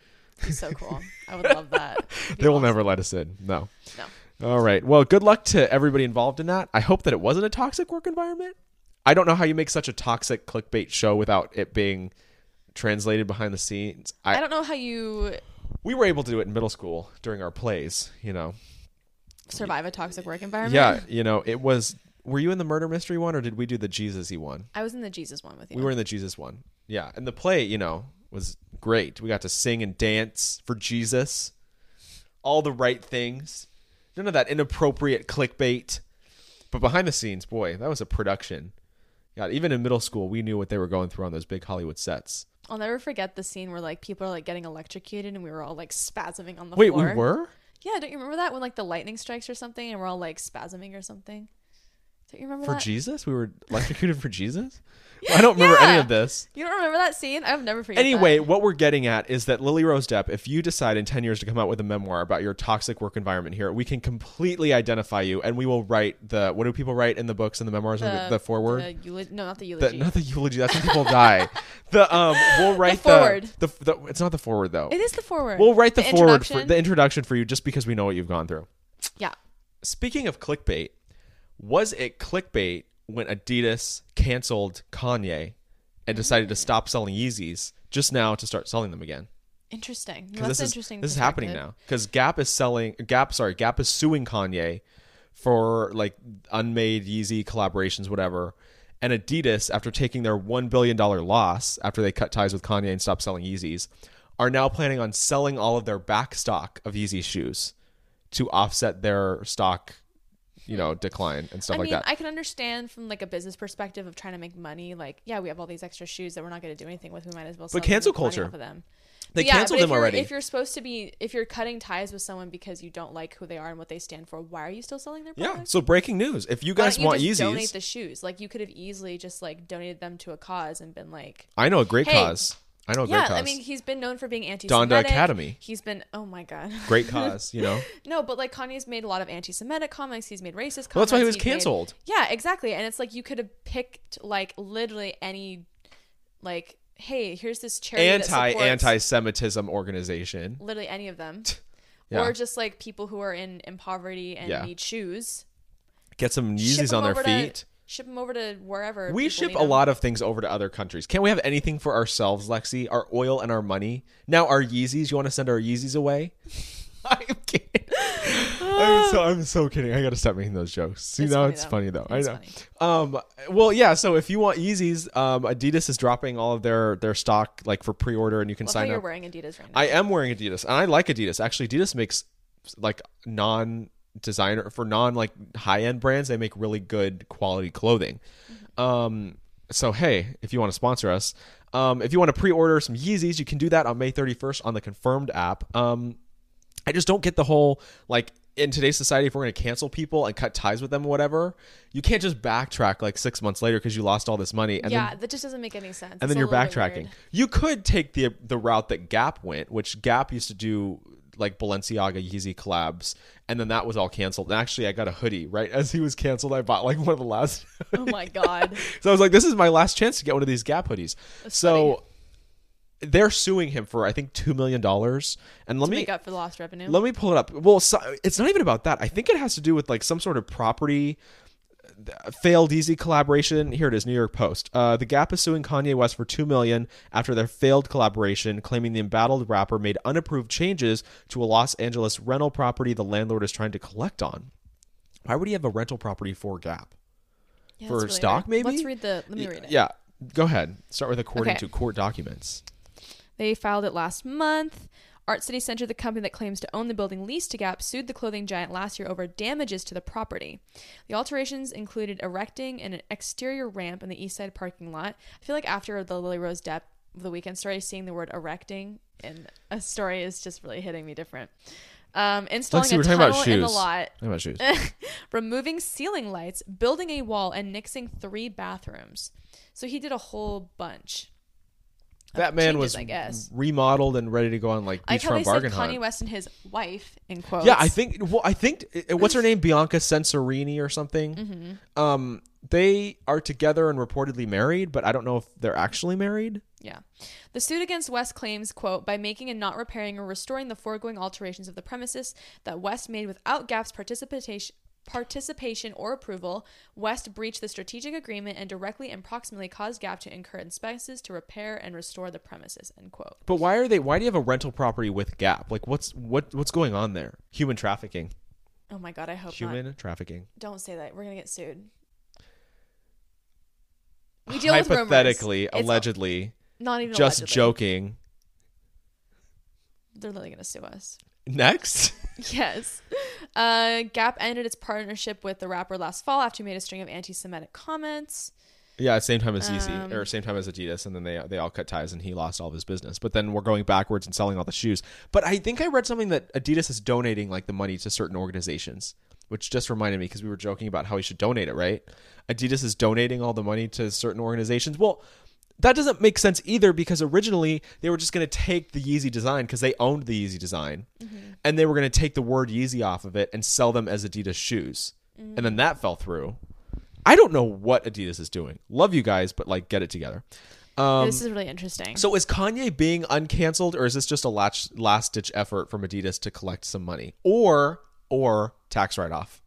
[SPEAKER 2] He's
[SPEAKER 3] *laughs*
[SPEAKER 2] so cool. I would love that. It'd be
[SPEAKER 3] they will
[SPEAKER 2] awesome.
[SPEAKER 3] never let us in. No.
[SPEAKER 2] No.
[SPEAKER 3] All right. Well, good luck to everybody involved in that. I hope that it wasn't a toxic work environment. I don't know how you make such a toxic clickbait show without it being translated behind the scenes. I,
[SPEAKER 2] I don't know how you
[SPEAKER 3] we were able to do it in middle school during our plays, you know.
[SPEAKER 2] survive a toxic work environment.
[SPEAKER 3] Yeah, you know, it was were you in the murder mystery one or did we do the Jesus-y one?
[SPEAKER 2] I was in the Jesus one with you.
[SPEAKER 3] We were in the Jesus one. Yeah. And the play, you know, was great. We got to sing and dance for Jesus. All the right things. None of that inappropriate clickbait. But behind the scenes, boy, that was a production. God, even in middle school, we knew what they were going through on those big Hollywood sets.
[SPEAKER 2] I'll never forget the scene where like people are like getting electrocuted and we were all like spasming on the
[SPEAKER 3] Wait,
[SPEAKER 2] floor.
[SPEAKER 3] we were?
[SPEAKER 2] Yeah, don't you remember that when like the lightning strikes or something and we're all like spasming or something? Don't you remember
[SPEAKER 3] For
[SPEAKER 2] that?
[SPEAKER 3] Jesus? We were electrocuted for Jesus? *laughs* Well, I don't remember any
[SPEAKER 2] Yeah.
[SPEAKER 3] of this.
[SPEAKER 2] you don't remember that scene? I've never forget. that.
[SPEAKER 3] Anyway, what we're getting at is that Lily Rose Depp, if you decide in 10 years to come out with a memoir about your toxic work environment here, we can completely identify you and we will write the what do people write in the books and the memoirs and the, the foreword?
[SPEAKER 2] the euli- no, not the
[SPEAKER 3] The-
[SPEAKER 2] eulogy.
[SPEAKER 3] not the eulogy. That's when people
[SPEAKER 2] *laughs*
[SPEAKER 3] die. The um, we'll write the
[SPEAKER 2] foreword.
[SPEAKER 3] The, the, it's not the forward though.
[SPEAKER 2] it is the forward.
[SPEAKER 3] We'll write the, forward for
[SPEAKER 2] introduction.
[SPEAKER 3] the introduction for you, just because we know what you've gone through.
[SPEAKER 2] yeah.
[SPEAKER 3] Speaking of clickbait, was it clickbait when Adidas canceled Kanye and decided
[SPEAKER 2] Mm.
[SPEAKER 3] to stop selling Yeezys just now to start selling them again?
[SPEAKER 2] Interesting. Well,
[SPEAKER 3] 'Cause
[SPEAKER 2] That's
[SPEAKER 3] this is
[SPEAKER 2] interesting.
[SPEAKER 3] this is happening
[SPEAKER 2] perspective.
[SPEAKER 3] now because Gap is selling Gap. Sorry, Gap is suing Kanye for like unmade Yeezy collaborations, whatever. And Adidas, after taking their one billion dollar loss after they cut ties with Kanye and stopped selling Yeezys, are now planning on selling all of their back stock of Yeezy shoes to offset their stock, you know, decline and stuff
[SPEAKER 2] I
[SPEAKER 3] like
[SPEAKER 2] mean,
[SPEAKER 3] that.
[SPEAKER 2] I can understand from like a business perspective of trying to make money. Like, yeah, we have all these extra shoes that we're not going to do anything with. We might as well. Sell them and
[SPEAKER 3] cancel
[SPEAKER 2] make money
[SPEAKER 3] culture.
[SPEAKER 2] off of them.
[SPEAKER 3] They
[SPEAKER 2] But yeah,
[SPEAKER 3] canceled
[SPEAKER 2] but
[SPEAKER 3] them
[SPEAKER 2] if you're-
[SPEAKER 3] already.
[SPEAKER 2] If you're supposed to be, if you're cutting ties with someone because you don't like who they are and what they stand for, why are you still selling their
[SPEAKER 3] yeah.
[SPEAKER 2] products?
[SPEAKER 3] So breaking news: if you
[SPEAKER 2] Why
[SPEAKER 3] guys
[SPEAKER 2] don't you
[SPEAKER 3] want
[SPEAKER 2] just
[SPEAKER 3] Yeezys,
[SPEAKER 2] donate the shoes. Like you could have easily just like donated them to a cause and been like,
[SPEAKER 3] I know a great
[SPEAKER 2] Hey.
[SPEAKER 3] cause. I know a
[SPEAKER 2] yeah.
[SPEAKER 3] great cause.
[SPEAKER 2] I mean, he's been known for being anti-Semitic.
[SPEAKER 3] Donda Academy.
[SPEAKER 2] He's been, oh my god, *laughs*
[SPEAKER 3] great cause. You know.
[SPEAKER 2] No, but like Kanye's made a lot of anti-Semitic comments. He's made racist comments.
[SPEAKER 3] Well, that's why he was
[SPEAKER 2] he's made-
[SPEAKER 3] canceled.
[SPEAKER 2] yeah, exactly. And it's like you could have picked like literally any, like, hey, here's this charity that
[SPEAKER 3] anti
[SPEAKER 2] supports
[SPEAKER 3] anti Semitism organization.
[SPEAKER 2] literally any of them,
[SPEAKER 3] Yeah.
[SPEAKER 2] or just like people who are in in poverty and
[SPEAKER 3] Yeah.
[SPEAKER 2] need shoes.
[SPEAKER 3] Get some
[SPEAKER 2] Ship
[SPEAKER 3] Yeezys
[SPEAKER 2] them
[SPEAKER 3] on their
[SPEAKER 2] over to-
[SPEAKER 3] feet.
[SPEAKER 2] Ship them over to wherever.
[SPEAKER 3] We
[SPEAKER 2] people
[SPEAKER 3] ship
[SPEAKER 2] need
[SPEAKER 3] a
[SPEAKER 2] 'em.
[SPEAKER 3] lot of things over to other countries. Can't we have anything for ourselves, Lexi? Our oil and our money. Now our Yeezys. You want to send our Yeezys away? *laughs* I'm
[SPEAKER 2] *sighs*
[SPEAKER 3] kidding. I'm so I'm so kidding. I gotta stop making those jokes. See
[SPEAKER 2] It's
[SPEAKER 3] now
[SPEAKER 2] funny,
[SPEAKER 3] it's
[SPEAKER 2] though.
[SPEAKER 3] funny though.
[SPEAKER 2] It's
[SPEAKER 3] I know. Um. Well, yeah. So if you want Yeezys, um, Adidas is dropping all of their their stock like for pre order, and you can
[SPEAKER 2] Love how
[SPEAKER 3] sign
[SPEAKER 2] you're
[SPEAKER 3] up.
[SPEAKER 2] wearing Adidas right now.
[SPEAKER 3] I am wearing Adidas, and I like Adidas. Actually, Adidas makes like non designer for non like high end brands. They make really good quality clothing. Um, so hey, if you want to sponsor us, um, if you want to pre order some Yeezys, you can do that on May 31st on the Confirmed app. Um, I just don't get the whole like in today's society, if we're going to cancel people and cut ties with them, or whatever, you can't just backtrack like six months later because you lost all this money and
[SPEAKER 2] yeah,
[SPEAKER 3] then
[SPEAKER 2] that just doesn't make any
[SPEAKER 3] and
[SPEAKER 2] sense. It's
[SPEAKER 3] then
[SPEAKER 2] a
[SPEAKER 3] you're
[SPEAKER 2] little bit
[SPEAKER 3] backtracking.
[SPEAKER 2] weird.
[SPEAKER 3] You could take the the route that Gap went, which Gap used to do like Balenciaga Yeezy collabs, and then that was all canceled. And actually, I got a hoodie right *laughs* as he was canceled. I bought like one of the last, *laughs*
[SPEAKER 2] Oh my god.
[SPEAKER 3] so I was like, "This is my last chance to get one of these Gap hoodies." so they're suing him for I think two million dollars. And let me
[SPEAKER 2] Make up for the lost revenue.
[SPEAKER 3] let me pull it up. Well, so, it's not even about that. I think it has to do with like some sort of property uh, failed Yeezy collaboration. Here it is, New York Post. Uh, the Gap is suing Kanye West for two million after their failed collaboration, claiming the embattled rapper made unapproved changes to a Los Angeles rental property the landlord is trying to collect on. Why would he have a rental property for Gap?
[SPEAKER 2] Yeah,
[SPEAKER 3] for
[SPEAKER 2] that's really
[SPEAKER 3] stock,
[SPEAKER 2] weird.
[SPEAKER 3] maybe?
[SPEAKER 2] Let's read the. Let me read it.
[SPEAKER 3] Yeah, go ahead. Start with according
[SPEAKER 2] Okay.
[SPEAKER 3] to court documents.
[SPEAKER 2] They filed it last month. Art City Center, the company that claims to own the building leased to Gap, sued the clothing giant last year over damages to the property. The alterations included erecting an exterior ramp in the east side parking lot. I feel like after the Lily Rose Depp of the weekend story, seeing the word erecting in a story is just really hitting me different. Um, installing
[SPEAKER 3] Lexi, we're
[SPEAKER 2] a
[SPEAKER 3] talking
[SPEAKER 2] tunnel
[SPEAKER 3] about
[SPEAKER 2] in the
[SPEAKER 3] shoes.
[SPEAKER 2] lot,
[SPEAKER 3] How about
[SPEAKER 2] *laughs*
[SPEAKER 3] shoes?
[SPEAKER 2] removing ceiling lights, building a wall, and nixing three bathrooms. So he did a whole bunch.
[SPEAKER 3] that man was
[SPEAKER 2] changes, I guess.
[SPEAKER 3] remodeled and ready to go on like
[SPEAKER 2] I like how they
[SPEAKER 3] beachfront
[SPEAKER 2] said
[SPEAKER 3] bargain
[SPEAKER 2] Kanye
[SPEAKER 3] hunt.
[SPEAKER 2] West and his wife in quotes.
[SPEAKER 3] eh,
[SPEAKER 2] Mm-hmm.
[SPEAKER 3] Yeah, I think. Well, I think. uh, What's her name? Bianca Censorini or something. Um, they are together and reportedly married, but I don't know if they're actually married.
[SPEAKER 2] Yeah. The suit against West claims, quote, by making and not repairing or restoring the foregoing alterations of the premises that West made without GAF's participation participation or approval, West breached the strategic agreement and directly and proximately caused GAF to incur expenses to repair and restore the premises, end quote.
[SPEAKER 3] But why are they? Why do you have a rental property with Gap? Like, what's what what's going on there? Human trafficking.
[SPEAKER 2] Oh my god, I hope
[SPEAKER 3] Human
[SPEAKER 2] not.
[SPEAKER 3] trafficking.
[SPEAKER 2] Don't say that. We're gonna get sued. We deal with rumors.
[SPEAKER 3] Hypothetically,
[SPEAKER 2] It's
[SPEAKER 3] allegedly,
[SPEAKER 2] not even
[SPEAKER 3] just
[SPEAKER 2] allegedly.
[SPEAKER 3] joking.
[SPEAKER 2] They're literally gonna sue us.
[SPEAKER 3] Next. *laughs*
[SPEAKER 2] Yes. Uh, Gap ended its partnership with the rapper last fall after he made a string of anti-Semitic comments.
[SPEAKER 3] Yeah, same time as Yeezy or same time as Adidas, and then they they all cut ties, and he lost all of his business. But then we're going backwards and selling all the shoes. But I think I read something that Adidas is donating like the money to certain organizations, which just reminded me because we were joking about how he should donate it, right? Adidas is donating all the money to certain organizations. Well, that doesn't make sense either because originally they were just going to take the Yeezy design because they owned the Yeezy design, and they were going to take the word Yeezy off of it and sell them as Adidas shoes, and then that fell through. I don't know what Adidas is doing. Love you guys, but like get it together.
[SPEAKER 2] this is really interesting.
[SPEAKER 3] Um, So is Kanye being uncanceled or is this just a last last ditch effort from Adidas to collect some money or or tax write off?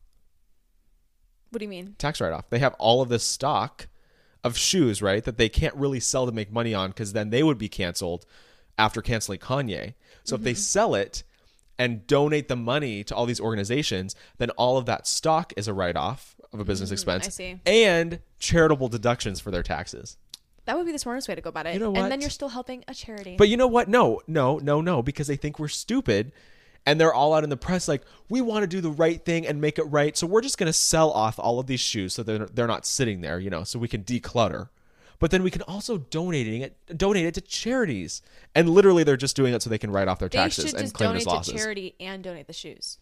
[SPEAKER 2] what do you mean?
[SPEAKER 3] Tax write off. They have all of this stock of shoes, right, that they can't really sell to make money on cuz then they would be canceled after canceling Kanye. So if they
[SPEAKER 2] Mm-hmm.
[SPEAKER 3] sell it and donate the money to all these organizations, then all of that stock is a write off of a business expense
[SPEAKER 2] Mm, I see.
[SPEAKER 3] and charitable deductions for their taxes.
[SPEAKER 2] That would be the smartest way to go about it.
[SPEAKER 3] You know what?
[SPEAKER 2] And then you're still helping a charity.
[SPEAKER 3] But you know what? No, no, no, no, because they think we're stupid and they're all out in the press like, we want to do the right thing and make it right. So we're just going to sell off all of these shoes so they're, they're not sitting there, you know, so we can declutter. But then we can also donating it, donate it to charities. And literally they're just doing it so they can write off their
[SPEAKER 2] they
[SPEAKER 3] taxes
[SPEAKER 2] should
[SPEAKER 3] and
[SPEAKER 2] just
[SPEAKER 3] claim it as
[SPEAKER 2] donate to
[SPEAKER 3] losses.
[SPEAKER 2] charity and donate the shoes.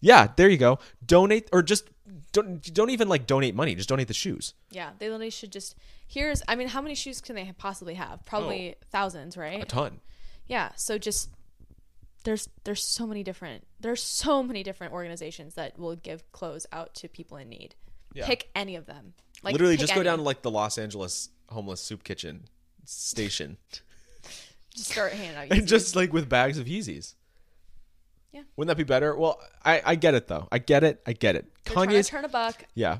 [SPEAKER 3] Yeah, there you go. Donate or just don't, don't even like donate money. Just donate the shoes.
[SPEAKER 2] Yeah, they literally should just. Here's, I mean, how many shoes can they possibly have? Probably thousands,
[SPEAKER 3] Oh. A
[SPEAKER 2] right?
[SPEAKER 3] ton.
[SPEAKER 2] Yeah. So just there's there's so many different there's so many different organizations that will give clothes out to people in need.
[SPEAKER 3] Yeah.
[SPEAKER 2] Pick any of them. Like
[SPEAKER 3] literally
[SPEAKER 2] pick
[SPEAKER 3] just go
[SPEAKER 2] any.
[SPEAKER 3] down to like the Los Angeles homeless soup kitchen station
[SPEAKER 2] just start handing out.
[SPEAKER 3] *laughs* and
[SPEAKER 2] Yeezys.
[SPEAKER 3] just like with bags of Yeezys.
[SPEAKER 2] Yeah.
[SPEAKER 3] Wouldn't that be better? Well, I, I get it though. I get it. I get it.
[SPEAKER 2] They're trying to
[SPEAKER 3] Kanye's
[SPEAKER 2] turn a buck,
[SPEAKER 3] yeah.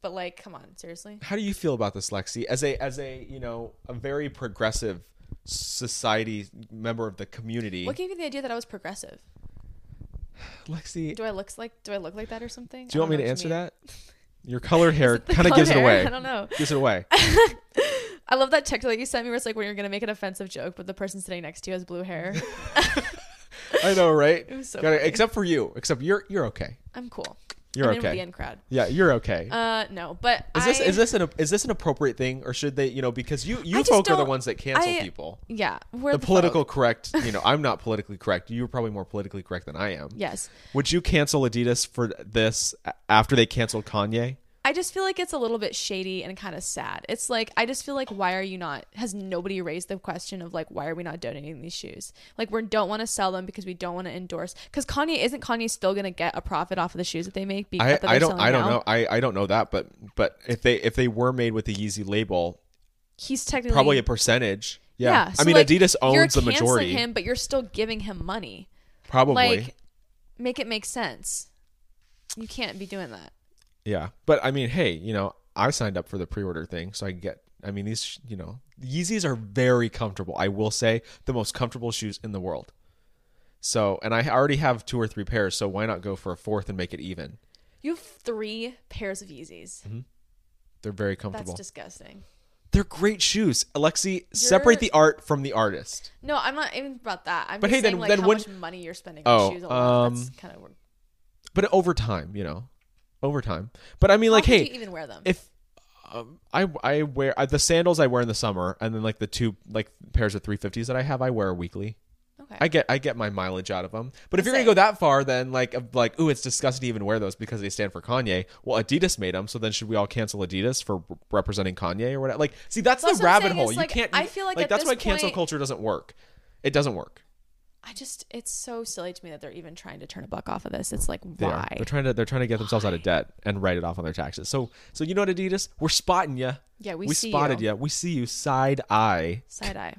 [SPEAKER 2] but like, come on, seriously.
[SPEAKER 3] How do you feel about this, Lexi? As a as a you know a very progressive society member of the community,
[SPEAKER 2] What gave you the idea that I was progressive?
[SPEAKER 3] Lexi, do,
[SPEAKER 2] Do I look like do I look like that or something?
[SPEAKER 3] you
[SPEAKER 2] I don't
[SPEAKER 3] want me
[SPEAKER 2] know
[SPEAKER 3] to
[SPEAKER 2] what
[SPEAKER 3] answer
[SPEAKER 2] mean. *laughs*
[SPEAKER 3] that? Your colored hair
[SPEAKER 2] the
[SPEAKER 3] kind of gives it
[SPEAKER 2] color?
[SPEAKER 3] away.
[SPEAKER 2] *laughs* I don't know.
[SPEAKER 3] Gives it away.
[SPEAKER 2] I love that TikTok that you sent me where it's like when you're gonna make an offensive joke, but the person sitting next to you has
[SPEAKER 3] *laughs*
[SPEAKER 2] blue hair. *laughs*
[SPEAKER 3] I know, right?
[SPEAKER 2] was so
[SPEAKER 3] Gotta-
[SPEAKER 2] funny.
[SPEAKER 3] except for you. Except you're you're okay.
[SPEAKER 2] I'm cool.
[SPEAKER 3] You're
[SPEAKER 2] I'm in with
[SPEAKER 3] okay.
[SPEAKER 2] the in crowd.
[SPEAKER 3] Yeah, you're okay.
[SPEAKER 2] Uh, no, but
[SPEAKER 3] is this
[SPEAKER 2] I,
[SPEAKER 3] is this an is this an appropriate thing, or should they you know because you you
[SPEAKER 2] just
[SPEAKER 3] folk are the
[SPEAKER 2] don't-
[SPEAKER 3] ones that cancel
[SPEAKER 2] I-
[SPEAKER 3] people.
[SPEAKER 2] Yeah, we're
[SPEAKER 3] the political
[SPEAKER 2] folk. *laughs*
[SPEAKER 3] correct you know i'm not politically correct you're probably more politically correct than i am
[SPEAKER 2] Yes,
[SPEAKER 3] would you cancel adidas for this a- after they canceled kanye
[SPEAKER 2] I just feel like it's a little bit shady and kind of sad. It's like I just feel like why are you not? Has nobody raised the question of like why are we not donating these shoes? Like we don't want to sell them because we don't want to endorse. Because Kanye isn't Kanye still gonna get a profit off of the shoes that they make? be-
[SPEAKER 3] i,
[SPEAKER 2] that they're
[SPEAKER 3] I don't
[SPEAKER 2] selling
[SPEAKER 3] i don't
[SPEAKER 2] now?
[SPEAKER 3] know I, I don't know that but but if they if they were made with the yeezy label
[SPEAKER 2] He's technically
[SPEAKER 3] probably a percentage yeah,
[SPEAKER 2] so,
[SPEAKER 3] i mean
[SPEAKER 2] like,
[SPEAKER 3] adidas
[SPEAKER 2] you're
[SPEAKER 3] owns the
[SPEAKER 2] canceling
[SPEAKER 3] majority
[SPEAKER 2] Him, but you're still giving him money.
[SPEAKER 3] probably
[SPEAKER 2] Like, make it make sense. You can't be doing that.
[SPEAKER 3] yeah but i mean hey you know i signed up for the pre-order thing so i can get i mean these you know yeezys are very comfortable i will say the most comfortable shoes in the world so and i already have two or three pairs so why not go for a fourth and make it even
[SPEAKER 2] You have three pairs of Yeezys.
[SPEAKER 3] They're very
[SPEAKER 2] That's
[SPEAKER 3] comfortable.
[SPEAKER 2] disgusting.
[SPEAKER 3] They're great shoes. Alexi, separate the art from the artist.
[SPEAKER 2] No, I'm not even about that. I'm
[SPEAKER 3] But
[SPEAKER 2] just
[SPEAKER 3] hey,
[SPEAKER 2] saying
[SPEAKER 3] then-
[SPEAKER 2] like
[SPEAKER 3] then
[SPEAKER 2] how
[SPEAKER 3] when-
[SPEAKER 2] much money you're spending
[SPEAKER 3] Oh,
[SPEAKER 2] on shoes. Um, That's
[SPEAKER 3] um,
[SPEAKER 2] kind of.
[SPEAKER 3] But over time, you know, over time. But I mean, like,
[SPEAKER 2] how could
[SPEAKER 3] hey,
[SPEAKER 2] you even wear them?
[SPEAKER 3] if um, I I wear I, the sandals I wear in the summer, and then like the two like pairs of three fifties that I have, I wear weekly.
[SPEAKER 2] okay.
[SPEAKER 3] I get I get my mileage out of them. But if
[SPEAKER 2] That's
[SPEAKER 3] you're gonna
[SPEAKER 2] it.
[SPEAKER 3] go that far, then like of, like ooh, it's disgusting to even wear those because they stand for Kanye. Well, Adidas made them, so then should we all cancel Adidas for r- representing Kanye or whatever? Like, see, that's
[SPEAKER 2] That's
[SPEAKER 3] the
[SPEAKER 2] what I'm
[SPEAKER 3] rabbit
[SPEAKER 2] saying,
[SPEAKER 3] hole.
[SPEAKER 2] is,
[SPEAKER 3] You
[SPEAKER 2] like,
[SPEAKER 3] can't.
[SPEAKER 2] I feel like at
[SPEAKER 3] that's
[SPEAKER 2] this
[SPEAKER 3] why cancel
[SPEAKER 2] point-
[SPEAKER 3] culture doesn't work. It doesn't work.
[SPEAKER 2] I just it's so silly to me that they're even trying to turn a buck off of this. It's like
[SPEAKER 3] They are.
[SPEAKER 2] why?
[SPEAKER 3] They're trying to they're trying to get themselves out of debt and write it off on their taxes. So so you know what Adidas? We're spotting you.
[SPEAKER 2] Yeah, we see
[SPEAKER 3] spotted
[SPEAKER 2] you.
[SPEAKER 3] ya. We see you side eye.
[SPEAKER 2] Side eye.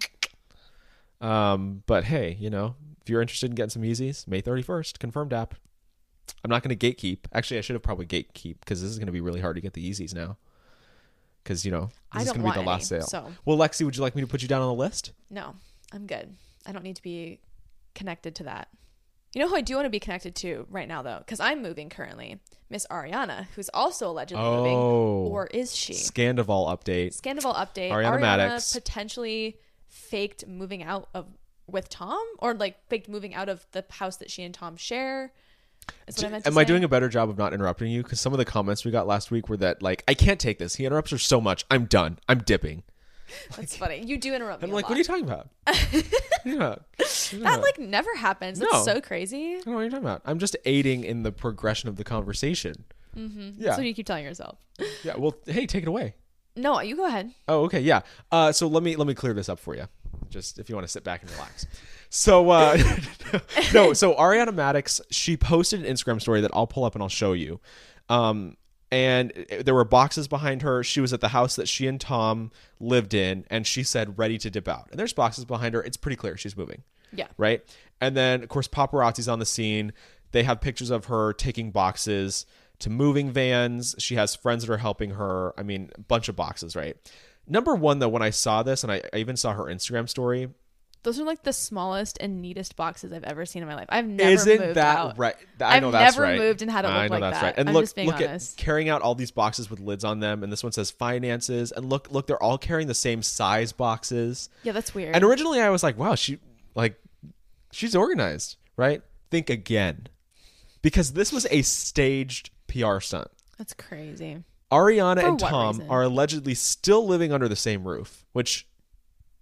[SPEAKER 3] Um, but hey, you know, if you're interested in getting some Yeezys, May 31st, confirmed app. I'm not going to gatekeep. Actually, I should have probably gatekeep because this is going to be really hard to get the Yeezys now. Because you know
[SPEAKER 2] I
[SPEAKER 3] this is
[SPEAKER 2] don't
[SPEAKER 3] going to be the
[SPEAKER 2] want
[SPEAKER 3] last
[SPEAKER 2] any,
[SPEAKER 3] sale.
[SPEAKER 2] so-
[SPEAKER 3] Well, Lexi, would you like me to put you down on the list?
[SPEAKER 2] No, I'm good. I don't need to be connected to that. You know who I do want to be connected to right now though, because I'm moving currently. Miss Ariana, who's also allegedly moving,
[SPEAKER 3] Oh.
[SPEAKER 2] or is she?
[SPEAKER 3] Scandival update.
[SPEAKER 2] Scandival update.
[SPEAKER 3] Ariana
[SPEAKER 2] Ariana,
[SPEAKER 3] Maddox.
[SPEAKER 2] potentially faked moving out of with Tom, or like faked moving out of the house that she and Tom share. Is what I meant to
[SPEAKER 3] Am I
[SPEAKER 2] say.
[SPEAKER 3] doing a better job of not interrupting you? Because some of the comments we got last week were that like I can't take this. He interrupts her so much. I'm done. I'm dipping.
[SPEAKER 2] That's funny. You do interrupt me.
[SPEAKER 3] I'm
[SPEAKER 2] a
[SPEAKER 3] like, what are
[SPEAKER 2] lot.
[SPEAKER 3] you talking
[SPEAKER 2] *laughs*
[SPEAKER 3] about? yeah,
[SPEAKER 2] That like never happens. It's
[SPEAKER 3] No.
[SPEAKER 2] so
[SPEAKER 3] I
[SPEAKER 2] crazy.
[SPEAKER 3] don't know what you're talking about. I'm just aiding in the progression of the conversation. Mm-hmm. Yeah,
[SPEAKER 2] So you keep telling yourself.
[SPEAKER 3] yeah. Well, hey, take it away.
[SPEAKER 2] No, you go ahead.
[SPEAKER 3] Oh, okay, yeah. Uh, so let me let me clear this up for you. Just if you want to sit back and relax. So uh, *laughs* no, so Ariana Maddox she posted an Instagram story that I'll pull up and I'll show you. Um, and it- there were boxes behind her. She was at the house that she and Tom lived in, and she said ready to dip out. And there's boxes behind her. It's pretty clear she's moving
[SPEAKER 2] Yeah.
[SPEAKER 3] right? And then, of course, paparazzi's on the scene. They have pictures of her taking boxes to moving vans. She has friends that are helping her. I mean, a bunch of boxes, right? Number one, though, when I saw this, and I, I even saw her Instagram story,
[SPEAKER 2] Those are like the smallest and neatest boxes I've ever seen in my life. I've never
[SPEAKER 3] isn't
[SPEAKER 2] moved
[SPEAKER 3] that
[SPEAKER 2] out.
[SPEAKER 3] right? I
[SPEAKER 2] I've
[SPEAKER 3] know that's
[SPEAKER 2] never
[SPEAKER 3] right.
[SPEAKER 2] moved and had it
[SPEAKER 3] I
[SPEAKER 2] look
[SPEAKER 3] know
[SPEAKER 2] like
[SPEAKER 3] that's
[SPEAKER 2] that.
[SPEAKER 3] right. And
[SPEAKER 2] I'm
[SPEAKER 3] look,
[SPEAKER 2] just being
[SPEAKER 3] look
[SPEAKER 2] honest.
[SPEAKER 3] at carrying out all these boxes with lids on them, and this one says finances, and look, look, they're all carrying the same size boxes.
[SPEAKER 2] Yeah, that's weird.
[SPEAKER 3] And originally, I was like, wow, she like she's organized, right? Think again, because this was a staged PR stunt.
[SPEAKER 2] that's crazy.
[SPEAKER 3] Ariana
[SPEAKER 2] For
[SPEAKER 3] and
[SPEAKER 2] what
[SPEAKER 3] Tom
[SPEAKER 2] reason?
[SPEAKER 3] are allegedly still living under the same roof, which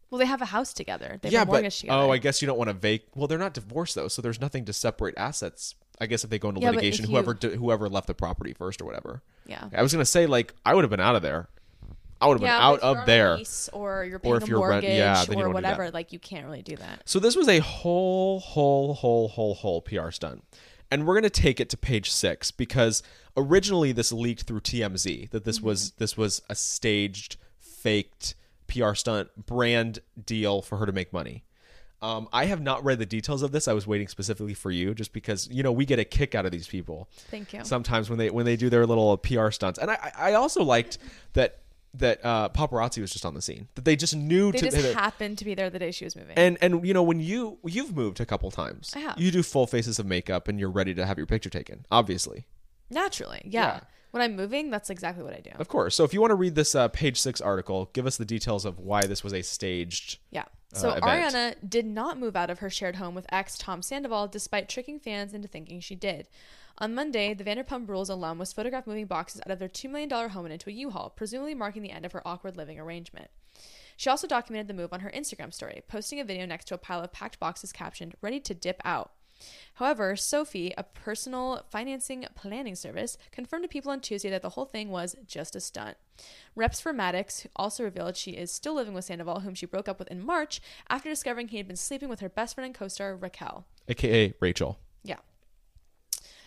[SPEAKER 2] Well, they have a house together. They have
[SPEAKER 3] yeah,
[SPEAKER 2] a mortgage
[SPEAKER 3] but
[SPEAKER 2] together.
[SPEAKER 3] oh, I guess you don't want to vac. Well, they're not divorced though, so there's nothing to separate assets. I guess if they go into
[SPEAKER 2] Yeah, but if
[SPEAKER 3] litigation,
[SPEAKER 2] you-
[SPEAKER 3] whoever d- whoever left the property first or whatever.
[SPEAKER 2] Yeah.
[SPEAKER 3] I was gonna say like I would have been out of there. I would have
[SPEAKER 2] yeah,
[SPEAKER 3] been
[SPEAKER 2] but
[SPEAKER 3] out
[SPEAKER 2] if you're
[SPEAKER 3] of
[SPEAKER 2] on
[SPEAKER 3] there.
[SPEAKER 2] lease or you're paying
[SPEAKER 3] if
[SPEAKER 2] a
[SPEAKER 3] you're rent-
[SPEAKER 2] mortgage
[SPEAKER 3] yeah, then you
[SPEAKER 2] or
[SPEAKER 3] don't do that.
[SPEAKER 2] whatever. Like you can't really do that.
[SPEAKER 3] So this was a whole, whole, whole, whole, whole PR stunt. And we're gonna take it to page six because originally this leaked through TMZ that this was
[SPEAKER 2] Mm-hmm.
[SPEAKER 3] this was a staged, faked PR stunt brand deal for her to make money. Um, I have not read the details of this. I was waiting specifically for you, just because you know we get a kick out of these people.
[SPEAKER 2] Thank you.
[SPEAKER 3] Sometimes when they when they do their little PR stunts, and I I I also liked that that uh, paparazzi was just on the scene. That they just knew
[SPEAKER 2] They
[SPEAKER 3] to
[SPEAKER 2] just
[SPEAKER 3] that-
[SPEAKER 2] happened to be there the day she was moving.
[SPEAKER 3] and and you know when you you've moved a couple times,
[SPEAKER 2] I have.
[SPEAKER 3] you do full faces of makeup and you're ready to have your picture taken, obviously,
[SPEAKER 2] Naturally, yeah.
[SPEAKER 3] Yeah.
[SPEAKER 2] When I'm moving, that's exactly what I do.
[SPEAKER 3] of course. So if you want to read this uh, page six article, give us the details of why this was a staged.
[SPEAKER 2] Yeah. So
[SPEAKER 3] uh, event.
[SPEAKER 2] Ariana did not move out of her shared home with ex Tom Sandoval, despite tricking fans into thinking she did. On Monday, the Vanderpump Rules alum was photographed moving boxes out of their $2 million home and into a U-Haul, presumably marking the end of her awkward living arrangement. She also documented the move on her Instagram story, posting a video next to a pile of packed boxes captioned, Ready to Dip Out. However, Sophie, a personal financing planning service, confirmed to people on Tuesday that the whole thing was just a stunt. Reps for Maddox also revealed she is still living with Sandoval, whom she broke up with in March after discovering he had been sleeping with her best friend and co star Raquel.
[SPEAKER 3] AKA Rachel.
[SPEAKER 2] Yeah.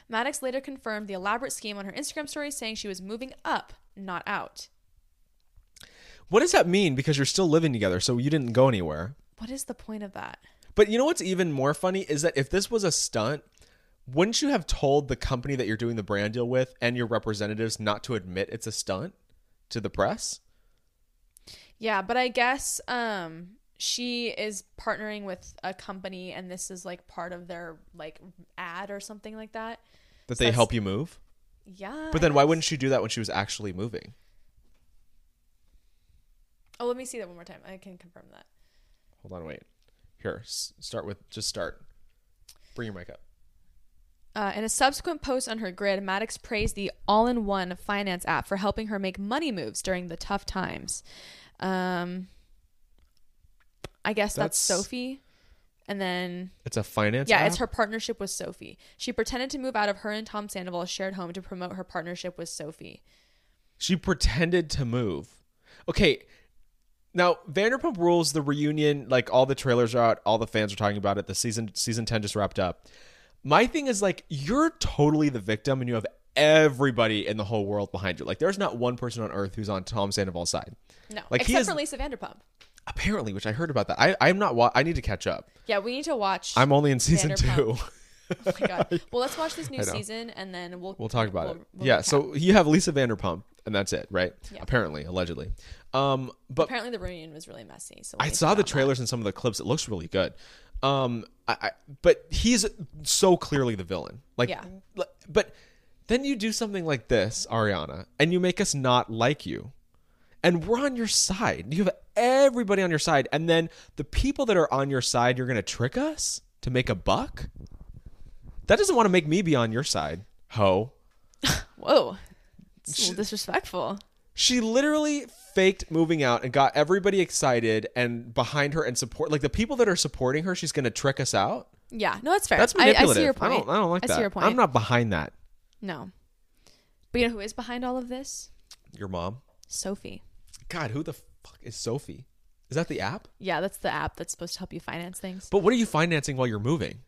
[SPEAKER 2] Maddox later confirmed the elaborate scheme on her Instagram story, saying she was moving up, not out.
[SPEAKER 3] What does that mean? Because you're still living together, so you didn't go anywhere.
[SPEAKER 2] What is the point of that?
[SPEAKER 3] But you know what's even more funny is that if this was a stunt, wouldn't you have told the company that you're doing the brand deal with and your representatives not to admit it's a stunt to the press?
[SPEAKER 2] Yeah, but I guess um she is partnering with a company and this is like part of their like ad or something like that.
[SPEAKER 3] That
[SPEAKER 2] So
[SPEAKER 3] they
[SPEAKER 2] it's-
[SPEAKER 3] help you move?
[SPEAKER 2] Yeah.
[SPEAKER 3] But
[SPEAKER 2] I
[SPEAKER 3] then why
[SPEAKER 2] guess.
[SPEAKER 3] wouldn't she do that when she was actually moving?
[SPEAKER 2] Oh, let me see that one more time. I can confirm that.
[SPEAKER 3] Hold on, wait. Here, s- start with just start. Bring your mic up.
[SPEAKER 2] Uh, in a subsequent post on her grid, Maddox praised the all in one finance app for helping her make money moves during the tough times. Um, I guess that's,
[SPEAKER 3] That's-
[SPEAKER 2] Sophie. And then,
[SPEAKER 3] It's a finance.
[SPEAKER 2] yeah, it's
[SPEAKER 3] app?
[SPEAKER 2] her partnership with Sophie. She pretended to move out of her and Tom Sandoval's shared home to promote her partnership with Sophie.
[SPEAKER 3] She pretended to move. Okay, Now, Vanderpump Rules, the reunion, like all the trailers are out, all the fans are talking about it. The season season ten just wrapped up. My thing is like you're totally the victim, and you have everybody in the whole world behind you. Like there's not one person on earth who's on Tom Sandoval's side.
[SPEAKER 2] No,
[SPEAKER 3] Like, he
[SPEAKER 2] except
[SPEAKER 3] is-
[SPEAKER 2] for Lisa Vanderpump.
[SPEAKER 3] Apparently, which I heard about that. I I'm not. Wa- I need to catch up.
[SPEAKER 2] Yeah, we need to watch.
[SPEAKER 3] I'm only in season two.
[SPEAKER 2] Vanderpump.
[SPEAKER 3] *laughs*
[SPEAKER 2] Oh my god. Well, let's watch this new
[SPEAKER 3] I know.
[SPEAKER 2] season and then we'll
[SPEAKER 3] We'll talk about
[SPEAKER 2] we'll-
[SPEAKER 3] it.
[SPEAKER 2] we'll
[SPEAKER 3] yeah.
[SPEAKER 2] recap.
[SPEAKER 3] So uh, you have Lisa Vanderpump, and that's it, right?
[SPEAKER 2] Yeah.
[SPEAKER 3] Apparently, allegedly. Um, but
[SPEAKER 2] apparently the reunion was really messy. So we
[SPEAKER 3] I
[SPEAKER 2] need to
[SPEAKER 3] saw
[SPEAKER 2] get
[SPEAKER 3] the
[SPEAKER 2] on that.
[SPEAKER 3] trailers and some of the clips. It looks really good. Um, I, I but he's so clearly the villain. Like,
[SPEAKER 2] Yeah.
[SPEAKER 3] l- but then you do something like this, Ariana, and you make us not like you, and we're on your side. You have everybody on your side, and then the people that are on your side, you're gonna trick us to make a buck. That doesn't want to make me be on your side, ho.
[SPEAKER 2] Whoa, it's a little disrespectful.
[SPEAKER 3] She literally faked moving out and got everybody excited and behind her and support like the people that are supporting her. She's gonna trick us out.
[SPEAKER 2] Yeah, no, that's fair.
[SPEAKER 3] That's
[SPEAKER 2] I, I
[SPEAKER 3] manipulative.
[SPEAKER 2] see your point.
[SPEAKER 3] don't, I don't like
[SPEAKER 2] I
[SPEAKER 3] that.
[SPEAKER 2] see your point.
[SPEAKER 3] I'm not behind that.
[SPEAKER 2] No, but you know who is behind all of this?
[SPEAKER 3] Your mom.
[SPEAKER 2] Sophie.
[SPEAKER 3] God, who the fuck is Sophie? Is that the app?
[SPEAKER 2] Yeah, that's the app that's supposed to help you finance things.
[SPEAKER 3] But what are you financing while you're moving?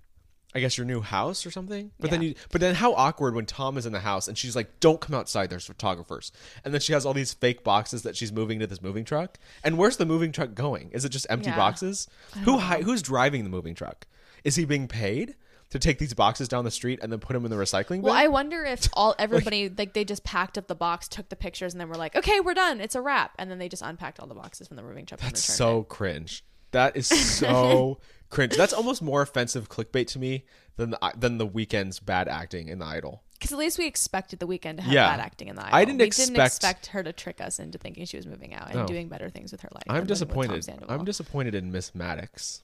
[SPEAKER 3] I guess your new house or something. But then
[SPEAKER 2] Yeah.
[SPEAKER 3] you. But then how awkward when Tom is in the house and she's like, "Don't come outside. There's photographers." And then she has all these fake boxes that she's moving to this moving truck. And where's the moving truck going? Is it just empty
[SPEAKER 2] Yeah.
[SPEAKER 3] boxes? Who hi- who's driving the moving truck? Is he being paid to take these boxes down the street and then put them in the recycling bin?
[SPEAKER 2] Well, I
[SPEAKER 3] *laughs*
[SPEAKER 2] wonder if all everybody like they just packed up the box, took the pictures, and then were like, "Okay, we're done. It's a wrap." And then they just unpacked all the boxes from the moving truck.
[SPEAKER 3] That's
[SPEAKER 2] and
[SPEAKER 3] so cringe. That is
[SPEAKER 2] *laughs*
[SPEAKER 3] so cringe. That's almost more offensive clickbait to me than the than the weekend's bad acting in the Idol.
[SPEAKER 2] because at least we expected the weekend to have
[SPEAKER 3] Yeah.
[SPEAKER 2] bad acting in the.
[SPEAKER 3] I
[SPEAKER 2] Idol.
[SPEAKER 3] didn't
[SPEAKER 2] we didn't
[SPEAKER 3] expect-
[SPEAKER 2] expect her to trick us into thinking she was moving out and
[SPEAKER 3] No.
[SPEAKER 2] doing better things with her life. than
[SPEAKER 3] I'm
[SPEAKER 2] with Tom
[SPEAKER 3] disappointed.
[SPEAKER 2] Sandoval.
[SPEAKER 3] I'm disappointed in Miss Maddox.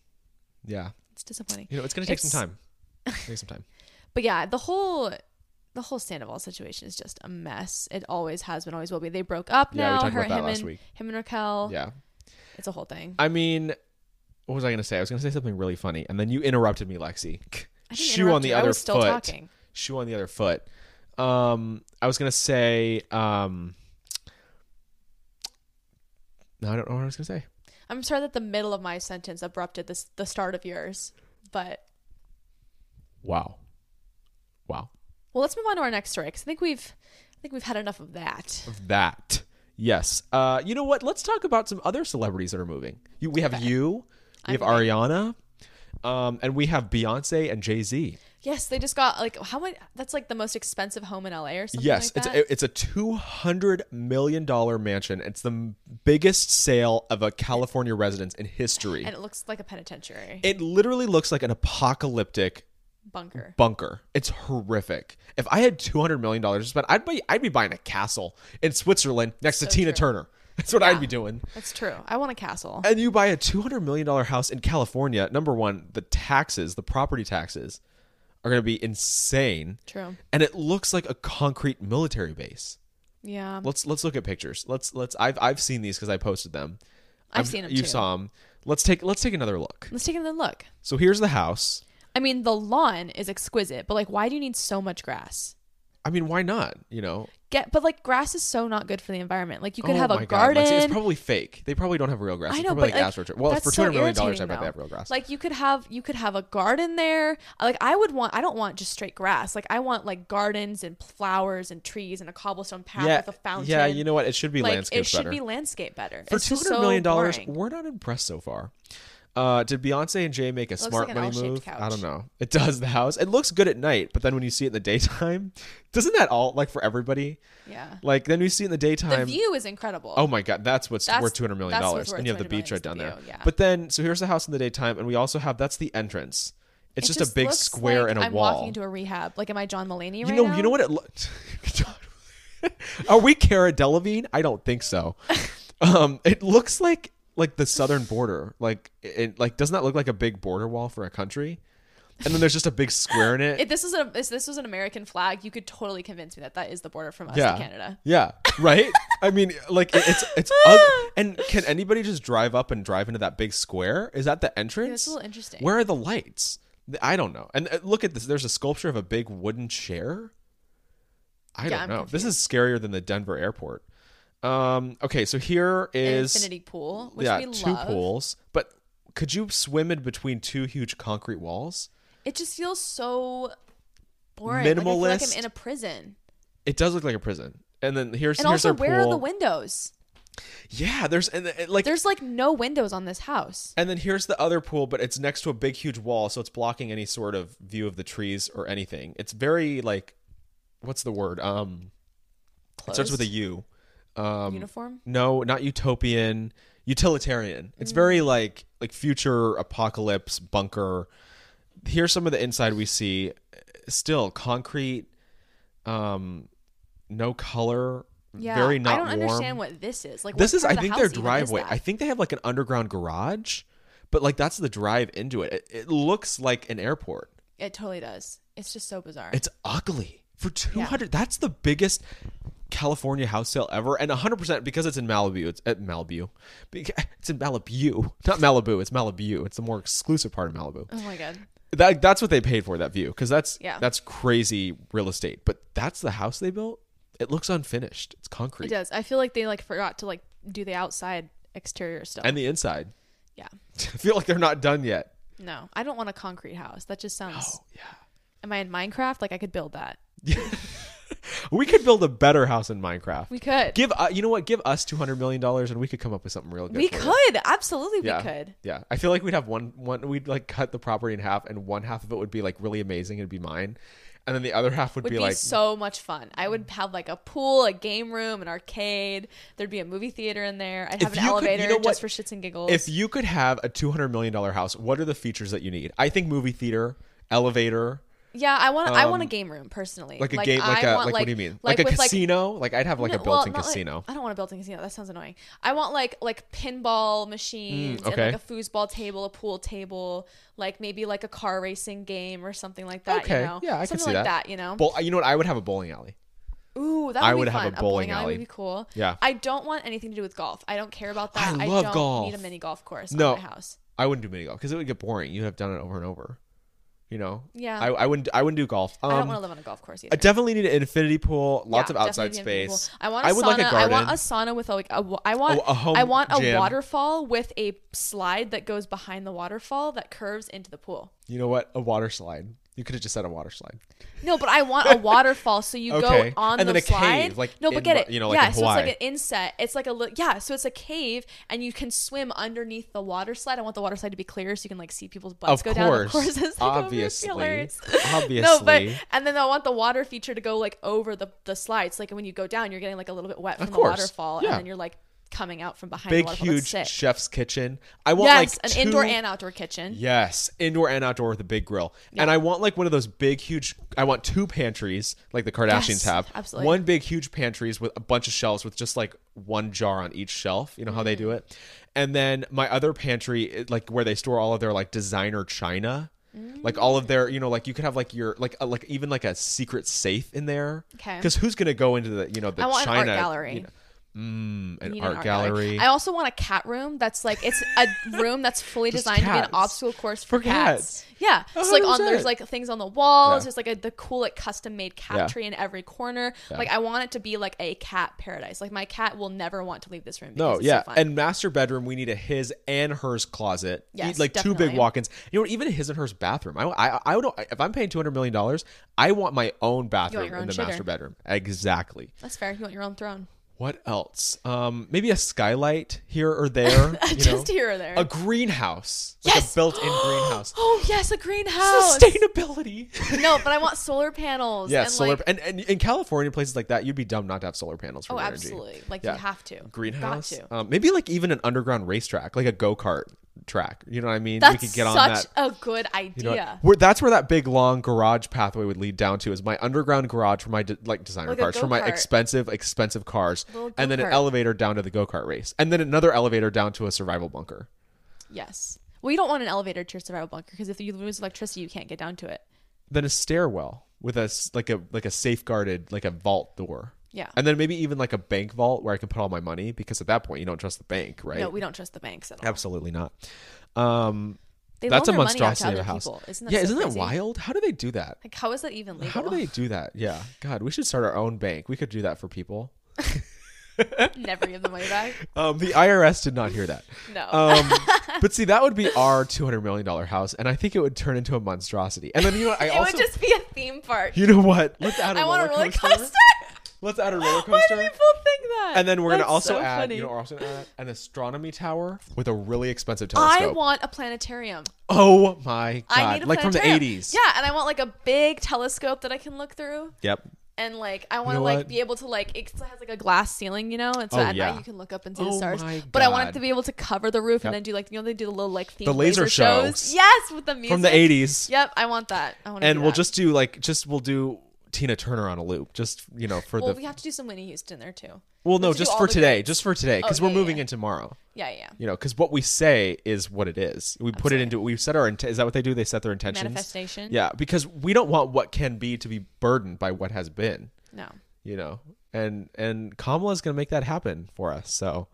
[SPEAKER 3] Yeah,
[SPEAKER 2] It's disappointing.
[SPEAKER 3] you know it's gonna take some
[SPEAKER 2] It's- *laughs*
[SPEAKER 3] time. Take some time.
[SPEAKER 2] But yeah, the whole the whole Sandoval situation is just a mess. It always has been, always will be. They broke
[SPEAKER 3] Yeah,
[SPEAKER 2] up
[SPEAKER 3] we
[SPEAKER 2] now.
[SPEAKER 3] talked
[SPEAKER 2] her,
[SPEAKER 3] about that
[SPEAKER 2] him
[SPEAKER 3] last
[SPEAKER 2] and
[SPEAKER 3] week.
[SPEAKER 2] him and Raquel.
[SPEAKER 3] Yeah.
[SPEAKER 2] it's a whole thing.
[SPEAKER 3] I mean, what was I gonna say? I was gonna say something really funny, and then you interrupted me, Lexi.
[SPEAKER 2] I
[SPEAKER 3] *laughs*
[SPEAKER 2] didn't
[SPEAKER 3] Shoe on
[SPEAKER 2] interrupt
[SPEAKER 3] the
[SPEAKER 2] you. I
[SPEAKER 3] other
[SPEAKER 2] was still
[SPEAKER 3] foot.
[SPEAKER 2] talking.
[SPEAKER 3] Shoe on the other foot. Um, I was gonna say. Um, no, I don't know what I was gonna say.
[SPEAKER 2] I'm sorry that the middle of my sentence abrupted this the start of yours, but
[SPEAKER 3] Wow. Wow.
[SPEAKER 2] well, let's move on to our next story because I think we've I think we've had enough of that.
[SPEAKER 3] that. Yes. Uh, you know what? Let's talk about some other celebrities that are moving. You, we have you, we have Ariana, um, and we have Beyonce and Jay Z.
[SPEAKER 2] Yes, they just got like how much? That's like the most expensive home in LA or something.
[SPEAKER 3] Yes,
[SPEAKER 2] like that.
[SPEAKER 3] it's a, it's a two hundred million dollar mansion. It's the m- biggest sale of a California residence in history.
[SPEAKER 2] and it looks like a penitentiary
[SPEAKER 3] it literally looks like an apocalyptic
[SPEAKER 2] bunker.
[SPEAKER 3] bunker. It's horrific. If I had two hundred million dollars to spend, I'd be I'd be buying a castle in Switzerland next to Tina
[SPEAKER 2] true.
[SPEAKER 3] Turner. That's what I'd be doing.
[SPEAKER 2] That's true. I want a castle.
[SPEAKER 3] and you buy a two hundred million dollar house in California, number one, the taxes, the property taxes, are going to be insane.
[SPEAKER 2] True.
[SPEAKER 3] And it looks like a concrete military base.
[SPEAKER 2] Yeah,
[SPEAKER 3] Let's let's look at pictures. Let's let's. I've I've seen these because I posted them.
[SPEAKER 2] I've
[SPEAKER 3] I'm-
[SPEAKER 2] seen 'em
[SPEAKER 3] You
[SPEAKER 2] too.
[SPEAKER 3] saw them. Let's take let's take another look.
[SPEAKER 2] let's take another look.
[SPEAKER 3] So here's the house.
[SPEAKER 2] I mean, the lawn is exquisite, but like, why do you need so much grass?
[SPEAKER 3] I mean, why not? You know,
[SPEAKER 2] Get, but like, grass is so not good for the environment. Like, you could
[SPEAKER 3] Oh
[SPEAKER 2] have
[SPEAKER 3] my
[SPEAKER 2] a
[SPEAKER 3] God,
[SPEAKER 2] garden.
[SPEAKER 3] Lexi, it's probably fake. They probably don't have real grass.
[SPEAKER 2] I
[SPEAKER 3] It's
[SPEAKER 2] know,
[SPEAKER 3] probably
[SPEAKER 2] but
[SPEAKER 3] like,
[SPEAKER 2] like,
[SPEAKER 3] astroturf. Well,
[SPEAKER 2] that's
[SPEAKER 3] for two
[SPEAKER 2] so
[SPEAKER 3] hundred million dollars, I
[SPEAKER 2] irritating,
[SPEAKER 3] bet they
[SPEAKER 2] though.
[SPEAKER 3] have real grass.
[SPEAKER 2] Like you could have you could have a garden there. Uh, Like I would want. I don't want just straight grass. Like I want like gardens and flowers and trees and a cobblestone path
[SPEAKER 3] yeah,
[SPEAKER 2] with a fountain.
[SPEAKER 3] yeah. You know what? It should be
[SPEAKER 2] like
[SPEAKER 3] landscaped
[SPEAKER 2] it should
[SPEAKER 3] better.
[SPEAKER 2] be landscape better.
[SPEAKER 3] for
[SPEAKER 2] It's
[SPEAKER 3] two
[SPEAKER 2] just
[SPEAKER 3] hundred
[SPEAKER 2] so
[SPEAKER 3] million dollars,
[SPEAKER 2] boring.
[SPEAKER 3] we're not impressed so far. Uh, did Beyonce and Jay make a
[SPEAKER 2] like
[SPEAKER 3] smart
[SPEAKER 2] an
[SPEAKER 3] money
[SPEAKER 2] L-shaped
[SPEAKER 3] move? I
[SPEAKER 2] couch.
[SPEAKER 3] don't know. It does the house. It looks good at night, but then when you see it in the daytime, *laughs* doesn't that all like for everybody?
[SPEAKER 2] Yeah.
[SPEAKER 3] Like then you see it in the
[SPEAKER 2] The
[SPEAKER 3] daytime.
[SPEAKER 2] view is incredible.
[SPEAKER 3] Oh my god, that's what's
[SPEAKER 2] That's-
[SPEAKER 3] worth two hundred million
[SPEAKER 2] that's what's
[SPEAKER 3] dollars,
[SPEAKER 2] worth
[SPEAKER 3] and you have the
[SPEAKER 2] $200 million
[SPEAKER 3] beach right
[SPEAKER 2] is the
[SPEAKER 3] down there.
[SPEAKER 2] view, yeah.
[SPEAKER 3] But then, so here's the house in the daytime, and we also have that's the entrance. It's
[SPEAKER 2] It
[SPEAKER 3] just, a big
[SPEAKER 2] looks
[SPEAKER 3] square
[SPEAKER 2] like
[SPEAKER 3] and a
[SPEAKER 2] I'm
[SPEAKER 3] wall.
[SPEAKER 2] walking into a rehab. Like, am I John Mulaney
[SPEAKER 3] you
[SPEAKER 2] right
[SPEAKER 3] know,
[SPEAKER 2] now?
[SPEAKER 3] you know what it looked. *laughs* Are we Cara Delevingne? I don't think
[SPEAKER 2] *laughs*
[SPEAKER 3] so. um, it looks like like the southern border. Like it, like doesn't that look like a big border wall for a country? And then there's just a big square in it.
[SPEAKER 2] If this was an if this was an American flag, you could totally convince me that that is the border from us
[SPEAKER 3] yeah,
[SPEAKER 2] to Canada.
[SPEAKER 3] Yeah, right. I mean, like it, it's
[SPEAKER 2] *laughs*
[SPEAKER 3] it's. ug- and can anybody just drive up and drive into that big square? Is that the entrance?
[SPEAKER 2] that's a little interesting.
[SPEAKER 3] Where are the lights? Th- I don't know. And uh, look at this. There's a sculpture of a big wooden chair. I
[SPEAKER 2] Yeah,
[SPEAKER 3] don't
[SPEAKER 2] I'm
[SPEAKER 3] know. This is scarier than the Denver airport. Um, okay, so here
[SPEAKER 2] An
[SPEAKER 3] is
[SPEAKER 2] infinity pool, which
[SPEAKER 3] yeah,
[SPEAKER 2] we love.
[SPEAKER 3] two pools, but could you swim in between two huge concrete walls?
[SPEAKER 2] It just feels so boring. Like, I feel Like,
[SPEAKER 3] Minimalist.
[SPEAKER 2] I'm in a prison.
[SPEAKER 3] It does look like a prison. And then here's
[SPEAKER 2] And
[SPEAKER 3] here's
[SPEAKER 2] also,
[SPEAKER 3] our
[SPEAKER 2] where
[SPEAKER 3] pool.
[SPEAKER 2] are the windows?
[SPEAKER 3] yeah, there's and, and, like
[SPEAKER 2] There's like no windows on this house.
[SPEAKER 3] and then here's the other pool, but it's next to a big huge wall, so it's blocking any sort of view of the trees or anything. It's very like what's the word? Um it starts with a
[SPEAKER 2] Closed.
[SPEAKER 3] U. Um
[SPEAKER 2] uniform.
[SPEAKER 3] No, not utopian, utilitarian. It's very
[SPEAKER 2] Mm.
[SPEAKER 3] like like future apocalypse bunker. Here's some of the inside we see. Still concrete, um, no color.
[SPEAKER 2] Yeah,
[SPEAKER 3] very not
[SPEAKER 2] I don't
[SPEAKER 3] warm.
[SPEAKER 2] understand what this is. Like
[SPEAKER 3] this
[SPEAKER 2] what
[SPEAKER 3] is.
[SPEAKER 2] part
[SPEAKER 3] I
[SPEAKER 2] of the
[SPEAKER 3] think their
[SPEAKER 2] house even is
[SPEAKER 3] driveway.
[SPEAKER 2] that?
[SPEAKER 3] I think they have like an underground garage, but like that's the drive into it. It, it looks like an airport.
[SPEAKER 2] it totally does. It's just so bizarre.
[SPEAKER 3] It's ugly for two hundred. That's the biggest California house sale ever, and hundred percent because it's in Malibu. It's at Malibu. Beca- It's in Malibu, not Malibu. It's Malibu. It's the more exclusive part of Malibu.
[SPEAKER 2] oh my god.
[SPEAKER 3] That that's what they paid for that view because that's
[SPEAKER 2] Yeah.
[SPEAKER 3] that's crazy real estate. But that's the house they built. It looks unfinished. It's
[SPEAKER 2] It
[SPEAKER 3] concrete.
[SPEAKER 2] does. I feel like they like forgot to like do the outside exterior stuff.
[SPEAKER 3] And the inside. *laughs*
[SPEAKER 2] yeah.
[SPEAKER 3] I feel like they're not done yet.
[SPEAKER 2] No, I don't want a concrete house. That just sounds.
[SPEAKER 3] Oh yeah.
[SPEAKER 2] Am I in Minecraft? Like I could build that.
[SPEAKER 3] We could build a better house in Minecraft.
[SPEAKER 2] We could.
[SPEAKER 3] Give uh, you know what? Give us two hundred million dollars, and we could come up with something real good.
[SPEAKER 2] we
[SPEAKER 3] for it.
[SPEAKER 2] could absolutely.
[SPEAKER 3] yeah.
[SPEAKER 2] We could.
[SPEAKER 3] Yeah. I feel like we'd have one one we'd like cut the property in half and one half of it would be like really amazing and be mine. And then the other half would,
[SPEAKER 2] Would
[SPEAKER 3] be,
[SPEAKER 2] be,
[SPEAKER 3] like
[SPEAKER 2] so much fun. I would have like a pool, a game room, an arcade. There'd be a movie theater in there. I'd have
[SPEAKER 3] If
[SPEAKER 2] an
[SPEAKER 3] you could- you
[SPEAKER 2] elevator
[SPEAKER 3] know what?
[SPEAKER 2] just for shits and giggles.
[SPEAKER 3] if you could have a two hundred million dollar house, what are the features that you need? I think movie theater, elevator,
[SPEAKER 2] yeah, I want. I want a
[SPEAKER 3] um,
[SPEAKER 2] game room personally.
[SPEAKER 3] like a game like
[SPEAKER 2] I
[SPEAKER 3] a
[SPEAKER 2] want,
[SPEAKER 3] like, what do you mean? Like, a
[SPEAKER 2] with,
[SPEAKER 3] casino? Like, I'd have like a
[SPEAKER 2] No, well,
[SPEAKER 3] built in
[SPEAKER 2] not like-
[SPEAKER 3] casino.
[SPEAKER 2] I don't want a built-in casino. That sounds annoying. I want like like pinball machines
[SPEAKER 3] Mm, okay.
[SPEAKER 2] and like a foosball table, a pool table, like maybe like a car racing game or something like that.
[SPEAKER 3] okay.
[SPEAKER 2] You know?
[SPEAKER 3] Yeah, I can
[SPEAKER 2] something
[SPEAKER 3] see
[SPEAKER 2] like
[SPEAKER 3] that.
[SPEAKER 2] that. You know.
[SPEAKER 3] Bowl, you know what? I would have a bowling alley.
[SPEAKER 2] Ooh, that would
[SPEAKER 3] I
[SPEAKER 2] be
[SPEAKER 3] would have
[SPEAKER 2] fun.
[SPEAKER 3] a bowling alley.
[SPEAKER 2] would be cool.
[SPEAKER 3] Yeah.
[SPEAKER 2] I don't want anything to do with golf. I don't care about that.
[SPEAKER 3] I love
[SPEAKER 2] don't
[SPEAKER 3] golf.
[SPEAKER 2] Need a mini golf course
[SPEAKER 3] No.
[SPEAKER 2] at my house.
[SPEAKER 3] I wouldn't do mini golf because it would get boring. You'd have done it over and over. You know?
[SPEAKER 2] Yeah.
[SPEAKER 3] I, I wouldn't I wouldn't do golf. Um,
[SPEAKER 2] I don't want to live on a golf course either.
[SPEAKER 3] I definitely need an infinity pool, lots
[SPEAKER 2] Yeah,
[SPEAKER 3] of outside
[SPEAKER 2] definitely be in
[SPEAKER 3] space.
[SPEAKER 2] Liverpool. I want a
[SPEAKER 3] I would
[SPEAKER 2] sauna.
[SPEAKER 3] like a
[SPEAKER 2] I want
[SPEAKER 3] garden. Oh,
[SPEAKER 2] a sauna with a, like a wa- I want
[SPEAKER 3] a home
[SPEAKER 2] I want
[SPEAKER 3] gym.
[SPEAKER 2] a waterfall with a slide that goes behind the waterfall that curves into the pool.
[SPEAKER 3] You know what? A water slide. You could have just said a water slide.
[SPEAKER 2] No, but
[SPEAKER 3] *laughs*
[SPEAKER 2] I want a waterfall, so you
[SPEAKER 3] Okay.
[SPEAKER 2] go on
[SPEAKER 3] And
[SPEAKER 2] the
[SPEAKER 3] then a
[SPEAKER 2] slide.
[SPEAKER 3] cave, like
[SPEAKER 2] no, but
[SPEAKER 3] in
[SPEAKER 2] get
[SPEAKER 3] Ba-
[SPEAKER 2] it.
[SPEAKER 3] you know, like
[SPEAKER 2] yeah,
[SPEAKER 3] in
[SPEAKER 2] so it's like
[SPEAKER 3] Hawaii.
[SPEAKER 2] an inset. It's like a li- yeah, so it's a cave, and you can swim underneath the water slide. I want the water slide to be clear, so you can like see people's butts
[SPEAKER 3] Of
[SPEAKER 2] go down. Of
[SPEAKER 3] course.
[SPEAKER 2] *laughs* course, as they go over the
[SPEAKER 3] Obviously.
[SPEAKER 2] pillars. *laughs* no, but
[SPEAKER 3] Obviously.
[SPEAKER 2] and then I want the water feature to go like over the the slides. Like when you go down, you're getting like a little bit wet from the
[SPEAKER 3] course.
[SPEAKER 2] waterfall,
[SPEAKER 3] Yeah.
[SPEAKER 2] and then you're like coming out from behind the
[SPEAKER 3] Big,
[SPEAKER 2] waterfall.
[SPEAKER 3] huge
[SPEAKER 2] That's sick.
[SPEAKER 3] chef's kitchen. I want
[SPEAKER 2] yes,
[SPEAKER 3] like
[SPEAKER 2] an indoor
[SPEAKER 3] two-
[SPEAKER 2] and outdoor kitchen.
[SPEAKER 3] Yes, indoor and outdoor with a big grill. And I want like one of those big, huge. I want two pantries like the Kardashians
[SPEAKER 2] Yes,
[SPEAKER 3] have.
[SPEAKER 2] absolutely.
[SPEAKER 3] One big, huge pantries with a bunch of shelves with just like one jar on each shelf. You know how they
[SPEAKER 2] Mm-hmm.
[SPEAKER 3] do it. And then my other pantry, it- like where they store all of their like designer china. Like all
[SPEAKER 2] Mm.
[SPEAKER 3] of their, you know, like you could have like your like a, like even like a secret safe in there.
[SPEAKER 2] Okay.
[SPEAKER 3] Because who's gonna go into the you know the
[SPEAKER 2] I want an
[SPEAKER 3] china
[SPEAKER 2] art gallery.
[SPEAKER 3] you know, mm, an,
[SPEAKER 2] You need
[SPEAKER 3] art gallery.
[SPEAKER 2] I also want a cat room that's like it's
[SPEAKER 3] *laughs*
[SPEAKER 2] a room that's fully
[SPEAKER 3] Just
[SPEAKER 2] designed to be an
[SPEAKER 3] cats.
[SPEAKER 2] obstacle course for,
[SPEAKER 3] For
[SPEAKER 2] cats.
[SPEAKER 3] cats.
[SPEAKER 2] Yeah, it's like on
[SPEAKER 3] 100%.
[SPEAKER 2] there's like things on the walls.
[SPEAKER 3] Yeah.
[SPEAKER 2] There's like a, the cool like custom made cat
[SPEAKER 3] Yeah.
[SPEAKER 2] tree in every corner. Like I want it to be like a cat paradise. Like my cat will never want to leave this room.
[SPEAKER 3] No,
[SPEAKER 2] because it's so
[SPEAKER 3] yeah,
[SPEAKER 2] fun.
[SPEAKER 3] and master bedroom. We need a his and hers closet. Need,
[SPEAKER 2] Yes,
[SPEAKER 3] like two
[SPEAKER 2] definitely.
[SPEAKER 3] big walk-ins. You know, what, even a his and hers bathroom. I, I, I would. If I'm paying two hundred million dollars, I want my own bathroom
[SPEAKER 2] your
[SPEAKER 3] in
[SPEAKER 2] own
[SPEAKER 3] the
[SPEAKER 2] shitter.
[SPEAKER 3] master bedroom. Exactly.
[SPEAKER 2] that's fair. You want your own throne.
[SPEAKER 3] What else? Um, maybe a skylight here or
[SPEAKER 2] *laughs*
[SPEAKER 3] there. you
[SPEAKER 2] Just
[SPEAKER 3] know?
[SPEAKER 2] here or there.
[SPEAKER 3] A greenhouse, like
[SPEAKER 2] Yes!
[SPEAKER 3] a built-in
[SPEAKER 2] *gasps*
[SPEAKER 3] greenhouse.
[SPEAKER 2] Oh yes, a greenhouse. *laughs*
[SPEAKER 3] Sustainability.
[SPEAKER 2] no, but I want solar panels.
[SPEAKER 3] yeah,
[SPEAKER 2] and
[SPEAKER 3] solar.
[SPEAKER 2] Like,
[SPEAKER 3] and, and in California, places like that, you'd be dumb not to have solar panels for
[SPEAKER 2] oh,
[SPEAKER 3] energy.
[SPEAKER 2] absolutely. Like
[SPEAKER 3] Yeah.
[SPEAKER 2] you have to
[SPEAKER 3] greenhouse.
[SPEAKER 2] Got to.
[SPEAKER 3] Um, maybe like even an underground racetrack, like a go kart track. You know what I mean?
[SPEAKER 2] That's
[SPEAKER 3] we could get
[SPEAKER 2] such
[SPEAKER 3] on that.
[SPEAKER 2] a good idea.
[SPEAKER 3] You know, where that's where that big long garage pathway would lead down to is my underground garage for my de- like designer
[SPEAKER 2] Like a
[SPEAKER 3] cars for my
[SPEAKER 2] go-kart.
[SPEAKER 3] expensive expensive cars,
[SPEAKER 2] Little
[SPEAKER 3] and then an
[SPEAKER 2] go-kart.
[SPEAKER 3] elevator down to the go kart race, and then another elevator down to a survival bunker.
[SPEAKER 2] Yes. Well, you don't want an elevator to your survival bunker because if you lose electricity, you can't get down to it.
[SPEAKER 3] then a stairwell with a s- like a like a safeguarded like a vault door.
[SPEAKER 2] Yeah.
[SPEAKER 3] And then maybe even like a bank vault where I can put all my money because at that point you don't trust the bank, right?
[SPEAKER 2] No, we don't trust the banks at all.
[SPEAKER 3] Absolutely not. Um
[SPEAKER 2] They
[SPEAKER 3] that's a
[SPEAKER 2] loan their money out to
[SPEAKER 3] monstrosity of
[SPEAKER 2] other
[SPEAKER 3] a house.
[SPEAKER 2] people. Isn't that
[SPEAKER 3] yeah,
[SPEAKER 2] so
[SPEAKER 3] isn't that
[SPEAKER 2] crazy?
[SPEAKER 3] wild? How do they do that?
[SPEAKER 2] Like, how is that even legal?
[SPEAKER 3] How do they do that? Yeah. God, we should start our own bank. We could do that for people.
[SPEAKER 2] *laughs* Never give the money back.
[SPEAKER 3] Um, the IRS did not hear that. *laughs*
[SPEAKER 2] No. *laughs*
[SPEAKER 3] Um, but see, that would be our two hundred million dollar house, and I think it would turn into a monstrosity. And then you know, what? I
[SPEAKER 2] *laughs* it
[SPEAKER 3] also,
[SPEAKER 2] would just be a theme park.
[SPEAKER 3] you know what? Let's add a
[SPEAKER 2] *laughs* I want a roller coaster.
[SPEAKER 3] *laughs* Let's
[SPEAKER 2] *laughs*
[SPEAKER 3] add a roller
[SPEAKER 2] Why do
[SPEAKER 3] coaster.
[SPEAKER 2] people think that?
[SPEAKER 3] And then we're
[SPEAKER 2] That's
[SPEAKER 3] gonna also
[SPEAKER 2] so
[SPEAKER 3] add,
[SPEAKER 2] funny.
[SPEAKER 3] you know, what we're also gonna add an astronomy tower with a really expensive telescope.
[SPEAKER 2] I want a planetarium.
[SPEAKER 3] oh my god!
[SPEAKER 2] I need a
[SPEAKER 3] like from the
[SPEAKER 2] planetarium.
[SPEAKER 3] eighties.
[SPEAKER 2] Yeah, and I want like a big telescope that I can look through.
[SPEAKER 3] Yep.
[SPEAKER 2] And like I want to
[SPEAKER 3] know
[SPEAKER 2] like
[SPEAKER 3] what?
[SPEAKER 2] be able to like it has like a glass ceiling, you know, and so
[SPEAKER 3] Oh,
[SPEAKER 2] at
[SPEAKER 3] yeah.
[SPEAKER 2] night you can look up and see the
[SPEAKER 3] Oh
[SPEAKER 2] stars.
[SPEAKER 3] my
[SPEAKER 2] But I want
[SPEAKER 3] God.
[SPEAKER 2] it to be able to cover the roof
[SPEAKER 3] Yep.
[SPEAKER 2] and then do like you know they do the little like themed
[SPEAKER 3] The laser
[SPEAKER 2] shows.
[SPEAKER 3] shows.
[SPEAKER 2] Yes, with the music
[SPEAKER 3] From the eighties.
[SPEAKER 2] Yep, I want that. I want.
[SPEAKER 3] And we'll just do like just we'll do Tina Turner on a loop, just you know for
[SPEAKER 2] well,
[SPEAKER 3] the
[SPEAKER 2] we have to do some Winnie Houston there too.
[SPEAKER 3] well
[SPEAKER 2] we
[SPEAKER 3] no
[SPEAKER 2] have to do
[SPEAKER 3] just
[SPEAKER 2] all
[SPEAKER 3] for
[SPEAKER 2] the
[SPEAKER 3] today, just for today because
[SPEAKER 2] Oh,
[SPEAKER 3] we're
[SPEAKER 2] yeah,
[SPEAKER 3] moving
[SPEAKER 2] yeah.
[SPEAKER 3] in tomorrow.
[SPEAKER 2] Yeah, yeah.
[SPEAKER 3] You know, because what we say is what it is. We put it into we set our int- is that what they do? They set their intentions.
[SPEAKER 2] Manifestation.
[SPEAKER 3] Yeah, because we don't want what can be to be burdened by what has been.
[SPEAKER 2] No.
[SPEAKER 3] you know and and kamala's gonna make that happen for us so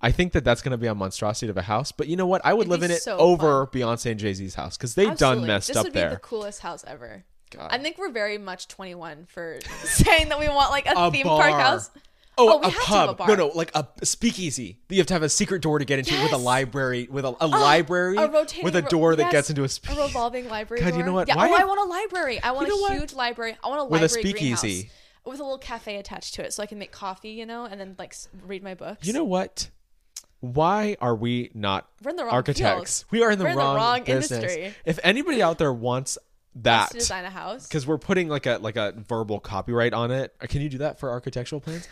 [SPEAKER 3] i think that that's gonna be a monstrosity of a house but you know what i would
[SPEAKER 2] It'd
[SPEAKER 3] live
[SPEAKER 2] be
[SPEAKER 3] in it
[SPEAKER 2] so
[SPEAKER 3] over beyonce and jay-z's house because they done
[SPEAKER 2] Absolutely.
[SPEAKER 3] messed
[SPEAKER 2] this
[SPEAKER 3] up
[SPEAKER 2] would Be
[SPEAKER 3] there
[SPEAKER 2] the coolest house ever.
[SPEAKER 3] God.
[SPEAKER 2] I think we're very much 21 for *laughs* saying that we want like a,
[SPEAKER 3] A
[SPEAKER 2] theme
[SPEAKER 3] bar.
[SPEAKER 2] park house.
[SPEAKER 3] Oh,
[SPEAKER 2] Oh, we
[SPEAKER 3] a
[SPEAKER 2] have to have
[SPEAKER 3] pub.
[SPEAKER 2] a bar.
[SPEAKER 3] No, no, like a speakeasy. You have to have a secret door to get into it with a
[SPEAKER 2] Yes. Uh,
[SPEAKER 3] library, with a, a library,
[SPEAKER 2] a rotating
[SPEAKER 3] with a
[SPEAKER 2] ro-
[SPEAKER 3] door that
[SPEAKER 2] yes,
[SPEAKER 3] gets into a, spe-
[SPEAKER 2] a revolving library.
[SPEAKER 3] God, you
[SPEAKER 2] door.
[SPEAKER 3] know what?
[SPEAKER 2] Yeah,
[SPEAKER 3] Why
[SPEAKER 2] oh, I
[SPEAKER 3] have-
[SPEAKER 2] want a library. I want
[SPEAKER 3] know what?
[SPEAKER 2] a huge library. I want a
[SPEAKER 3] With a
[SPEAKER 2] library greenhouse.
[SPEAKER 3] speakeasy.
[SPEAKER 2] with a little cafe attached to it, so I can make coffee, you know, and then like s- read my books.
[SPEAKER 3] You know what? Why are we not
[SPEAKER 2] We're in the wrong
[SPEAKER 3] architects?
[SPEAKER 2] field.
[SPEAKER 3] We are in the
[SPEAKER 2] We're in the
[SPEAKER 3] wrong,
[SPEAKER 2] wrong
[SPEAKER 3] business.
[SPEAKER 2] industry.
[SPEAKER 3] If anybody out there wants
[SPEAKER 2] Wants
[SPEAKER 3] that,
[SPEAKER 2] to design a house.
[SPEAKER 3] because we're putting like a like a verbal copyright on it. Uh, Can you do that for architectural plans?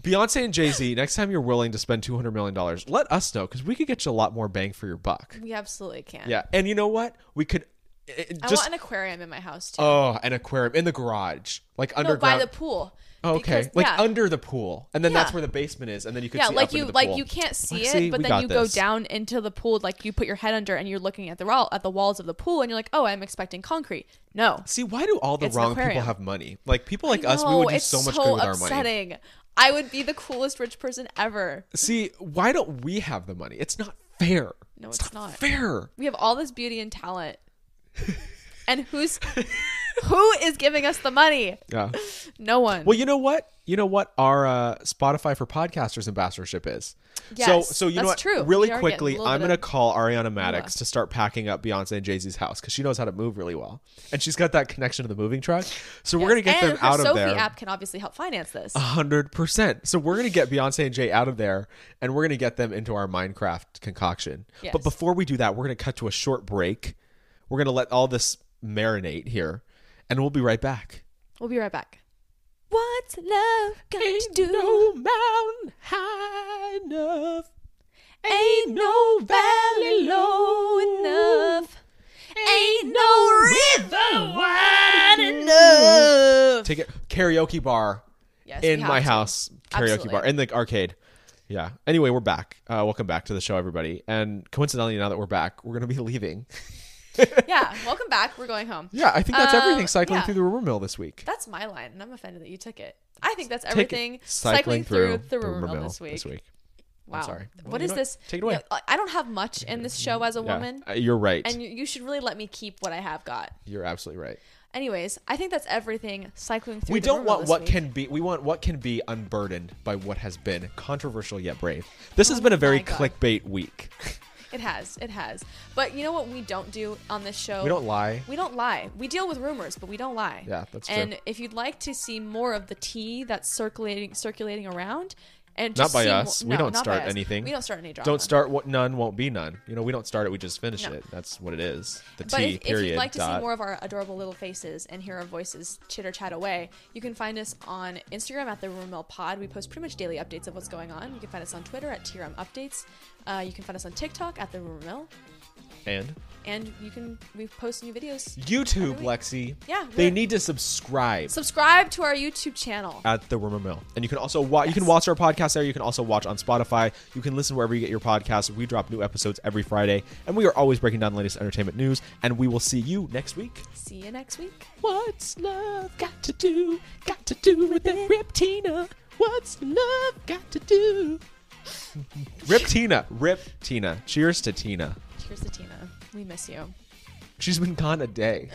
[SPEAKER 3] Beyonce and Jay
[SPEAKER 2] *laughs*
[SPEAKER 3] Z. Next time you're willing to spend two hundred million dollars, let us know because we could get you a lot more bang for your buck.
[SPEAKER 2] we absolutely can.
[SPEAKER 3] Yeah, and you know what? We could it, it
[SPEAKER 2] I
[SPEAKER 3] just
[SPEAKER 2] want an aquarium in my house too.
[SPEAKER 3] oh an aquarium in the garage, like
[SPEAKER 2] no, by
[SPEAKER 3] underground.
[SPEAKER 2] the pool.
[SPEAKER 3] Oh, okay,
[SPEAKER 2] Because-
[SPEAKER 3] like
[SPEAKER 2] yeah.
[SPEAKER 3] under the pool, and then that's
[SPEAKER 2] Yeah.
[SPEAKER 3] where the basement is, and then you could
[SPEAKER 2] yeah,
[SPEAKER 3] see
[SPEAKER 2] like
[SPEAKER 3] up
[SPEAKER 2] you
[SPEAKER 3] into the
[SPEAKER 2] like
[SPEAKER 3] pool.
[SPEAKER 2] you can't see
[SPEAKER 3] Like, see,
[SPEAKER 2] it, but
[SPEAKER 3] we
[SPEAKER 2] then
[SPEAKER 3] got
[SPEAKER 2] you go
[SPEAKER 3] this.
[SPEAKER 2] down into the pool. Like you put your head under and you're looking at the wall at the walls of the pool, and you're like, oh, I'm expecting concrete. No,
[SPEAKER 3] See, why do all the
[SPEAKER 2] It's an
[SPEAKER 3] wrong people
[SPEAKER 2] aquarium.
[SPEAKER 3] have money? Like people like us, we would do
[SPEAKER 2] Oh, it's
[SPEAKER 3] so much
[SPEAKER 2] so
[SPEAKER 3] good with our money.
[SPEAKER 2] upsetting. I would be the coolest rich person ever.
[SPEAKER 3] See, why don't we have the money? It's not fair.
[SPEAKER 2] No,
[SPEAKER 3] it's,
[SPEAKER 2] it's
[SPEAKER 3] not,
[SPEAKER 2] not.
[SPEAKER 3] fair.
[SPEAKER 2] We have all this beauty
[SPEAKER 3] *laughs*
[SPEAKER 2] and talent, and who's who is giving us the money?
[SPEAKER 3] *laughs* Yeah.
[SPEAKER 2] No one.
[SPEAKER 3] Well, you know what? You know what our uh, Spotify for podcasters ambassadorship is. so,
[SPEAKER 2] Yes,
[SPEAKER 3] so you know what?
[SPEAKER 2] that's true.
[SPEAKER 3] Really
[SPEAKER 2] We are getting a
[SPEAKER 3] quickly,
[SPEAKER 2] little
[SPEAKER 3] I'm going
[SPEAKER 2] bit
[SPEAKER 3] to
[SPEAKER 2] of-
[SPEAKER 3] call Ariana Maddox to start packing up Beyonce and Jay Z's house because she knows how to move really well, and she's got that connection to the moving truck. So we're going to get
[SPEAKER 2] and
[SPEAKER 3] them
[SPEAKER 2] her
[SPEAKER 3] out
[SPEAKER 2] Sophie
[SPEAKER 3] of there. Uh.
[SPEAKER 2] app can obviously help finance this.
[SPEAKER 3] hundred percent. So we're gonna get Beyonce and Jay out of there, and we're gonna get them into our Minecraft concoction.
[SPEAKER 2] Yes.
[SPEAKER 3] But before we do that, we're gonna cut to a short break. We're gonna let all this marinate here, and we'll be right back.
[SPEAKER 2] We'll be right back. What's love got to do?
[SPEAKER 3] No mountain high enough.
[SPEAKER 2] Ain't no valley low enough. Ain't no river wide enough.
[SPEAKER 3] Take it karaoke bar
[SPEAKER 2] Yes, we
[SPEAKER 3] in my
[SPEAKER 2] have to.
[SPEAKER 3] house. Karaoke
[SPEAKER 2] Absolutely.
[SPEAKER 3] bar in the arcade. Yeah. Anyway, we're back. Uh, welcome back to the show, everybody. And coincidentally, now that we're back, we're gonna be *laughs* leaving.
[SPEAKER 2] Yeah, welcome back. We're going home.
[SPEAKER 3] Yeah, I think that's
[SPEAKER 2] Um,
[SPEAKER 3] everything cycling
[SPEAKER 2] yeah.
[SPEAKER 3] through the rumor mill this week.
[SPEAKER 2] That's my line, and I'm offended that you took it. I think that's
[SPEAKER 3] Take it-
[SPEAKER 2] everything cycling, through, the rumor mill this week. Wow.
[SPEAKER 3] sorry. Well,
[SPEAKER 2] What
[SPEAKER 3] you
[SPEAKER 2] is
[SPEAKER 3] know what?
[SPEAKER 2] this?
[SPEAKER 3] Take it away.
[SPEAKER 2] Yeah, I don't have much in this show as a
[SPEAKER 3] Yeah,
[SPEAKER 2] woman,
[SPEAKER 3] uh, you're right.
[SPEAKER 2] and you, you should really let me keep what I have got.
[SPEAKER 3] you're absolutely right.
[SPEAKER 2] Anyways, I think that's everything cycling through
[SPEAKER 3] We
[SPEAKER 2] the
[SPEAKER 3] don't
[SPEAKER 2] rumor mill
[SPEAKER 3] want
[SPEAKER 2] this
[SPEAKER 3] what
[SPEAKER 2] week.
[SPEAKER 3] can be. We want what can be unburdened by what has been controversial yet brave. This has been a very
[SPEAKER 2] Oh my God.
[SPEAKER 3] clickbait week.
[SPEAKER 2] It has. It has. But you know what we don't do on this show?
[SPEAKER 3] We don't lie.
[SPEAKER 2] We don't lie. We deal with rumors, but we don't lie.
[SPEAKER 3] Yeah, that's
[SPEAKER 2] and
[SPEAKER 3] true.
[SPEAKER 2] if you'd like to see more of the tea that's circulating circulating around, and
[SPEAKER 3] Not
[SPEAKER 2] just
[SPEAKER 3] by
[SPEAKER 2] see
[SPEAKER 3] us.
[SPEAKER 2] mo-
[SPEAKER 3] we
[SPEAKER 2] no,
[SPEAKER 3] don't
[SPEAKER 2] not by
[SPEAKER 3] start
[SPEAKER 2] us.
[SPEAKER 3] anything.
[SPEAKER 2] We don't start any drama.
[SPEAKER 3] Don't start what none won't be none. You know, we don't start it. We just finish
[SPEAKER 2] No.
[SPEAKER 3] it. That's what it is. The
[SPEAKER 2] But
[SPEAKER 3] T.
[SPEAKER 2] if,
[SPEAKER 3] period.
[SPEAKER 2] if you'd like to
[SPEAKER 3] dot.
[SPEAKER 2] see more of our adorable little faces and hear our voices chitter chat away, you can find us on Instagram at the Rumor Mill Pod. We post pretty much daily updates of what's going on. You can find us on Twitter at TRM Updates. Uh, you can find us on TikTok at the Rumor Mill,
[SPEAKER 3] and
[SPEAKER 2] and you can we post new videos.
[SPEAKER 3] YouTube,
[SPEAKER 2] Every week.
[SPEAKER 3] Lexi.
[SPEAKER 2] Yeah,
[SPEAKER 3] They
[SPEAKER 2] we're-
[SPEAKER 3] need to subscribe.
[SPEAKER 2] Subscribe to our YouTube channel.
[SPEAKER 3] at the rumor mill and you can also watch you can watch our podcast there you can also watch on spotify you can listen wherever you get your podcasts we drop new episodes every friday and we are always breaking down the latest entertainment news and we will see you next week
[SPEAKER 2] See you next week.
[SPEAKER 1] What's love got to do? Got to do with it, Rip Tina. What's love got to do?
[SPEAKER 3] rip tina rip tina cheers to tina
[SPEAKER 2] Here's to Tina. We miss you.
[SPEAKER 3] she's been gone a day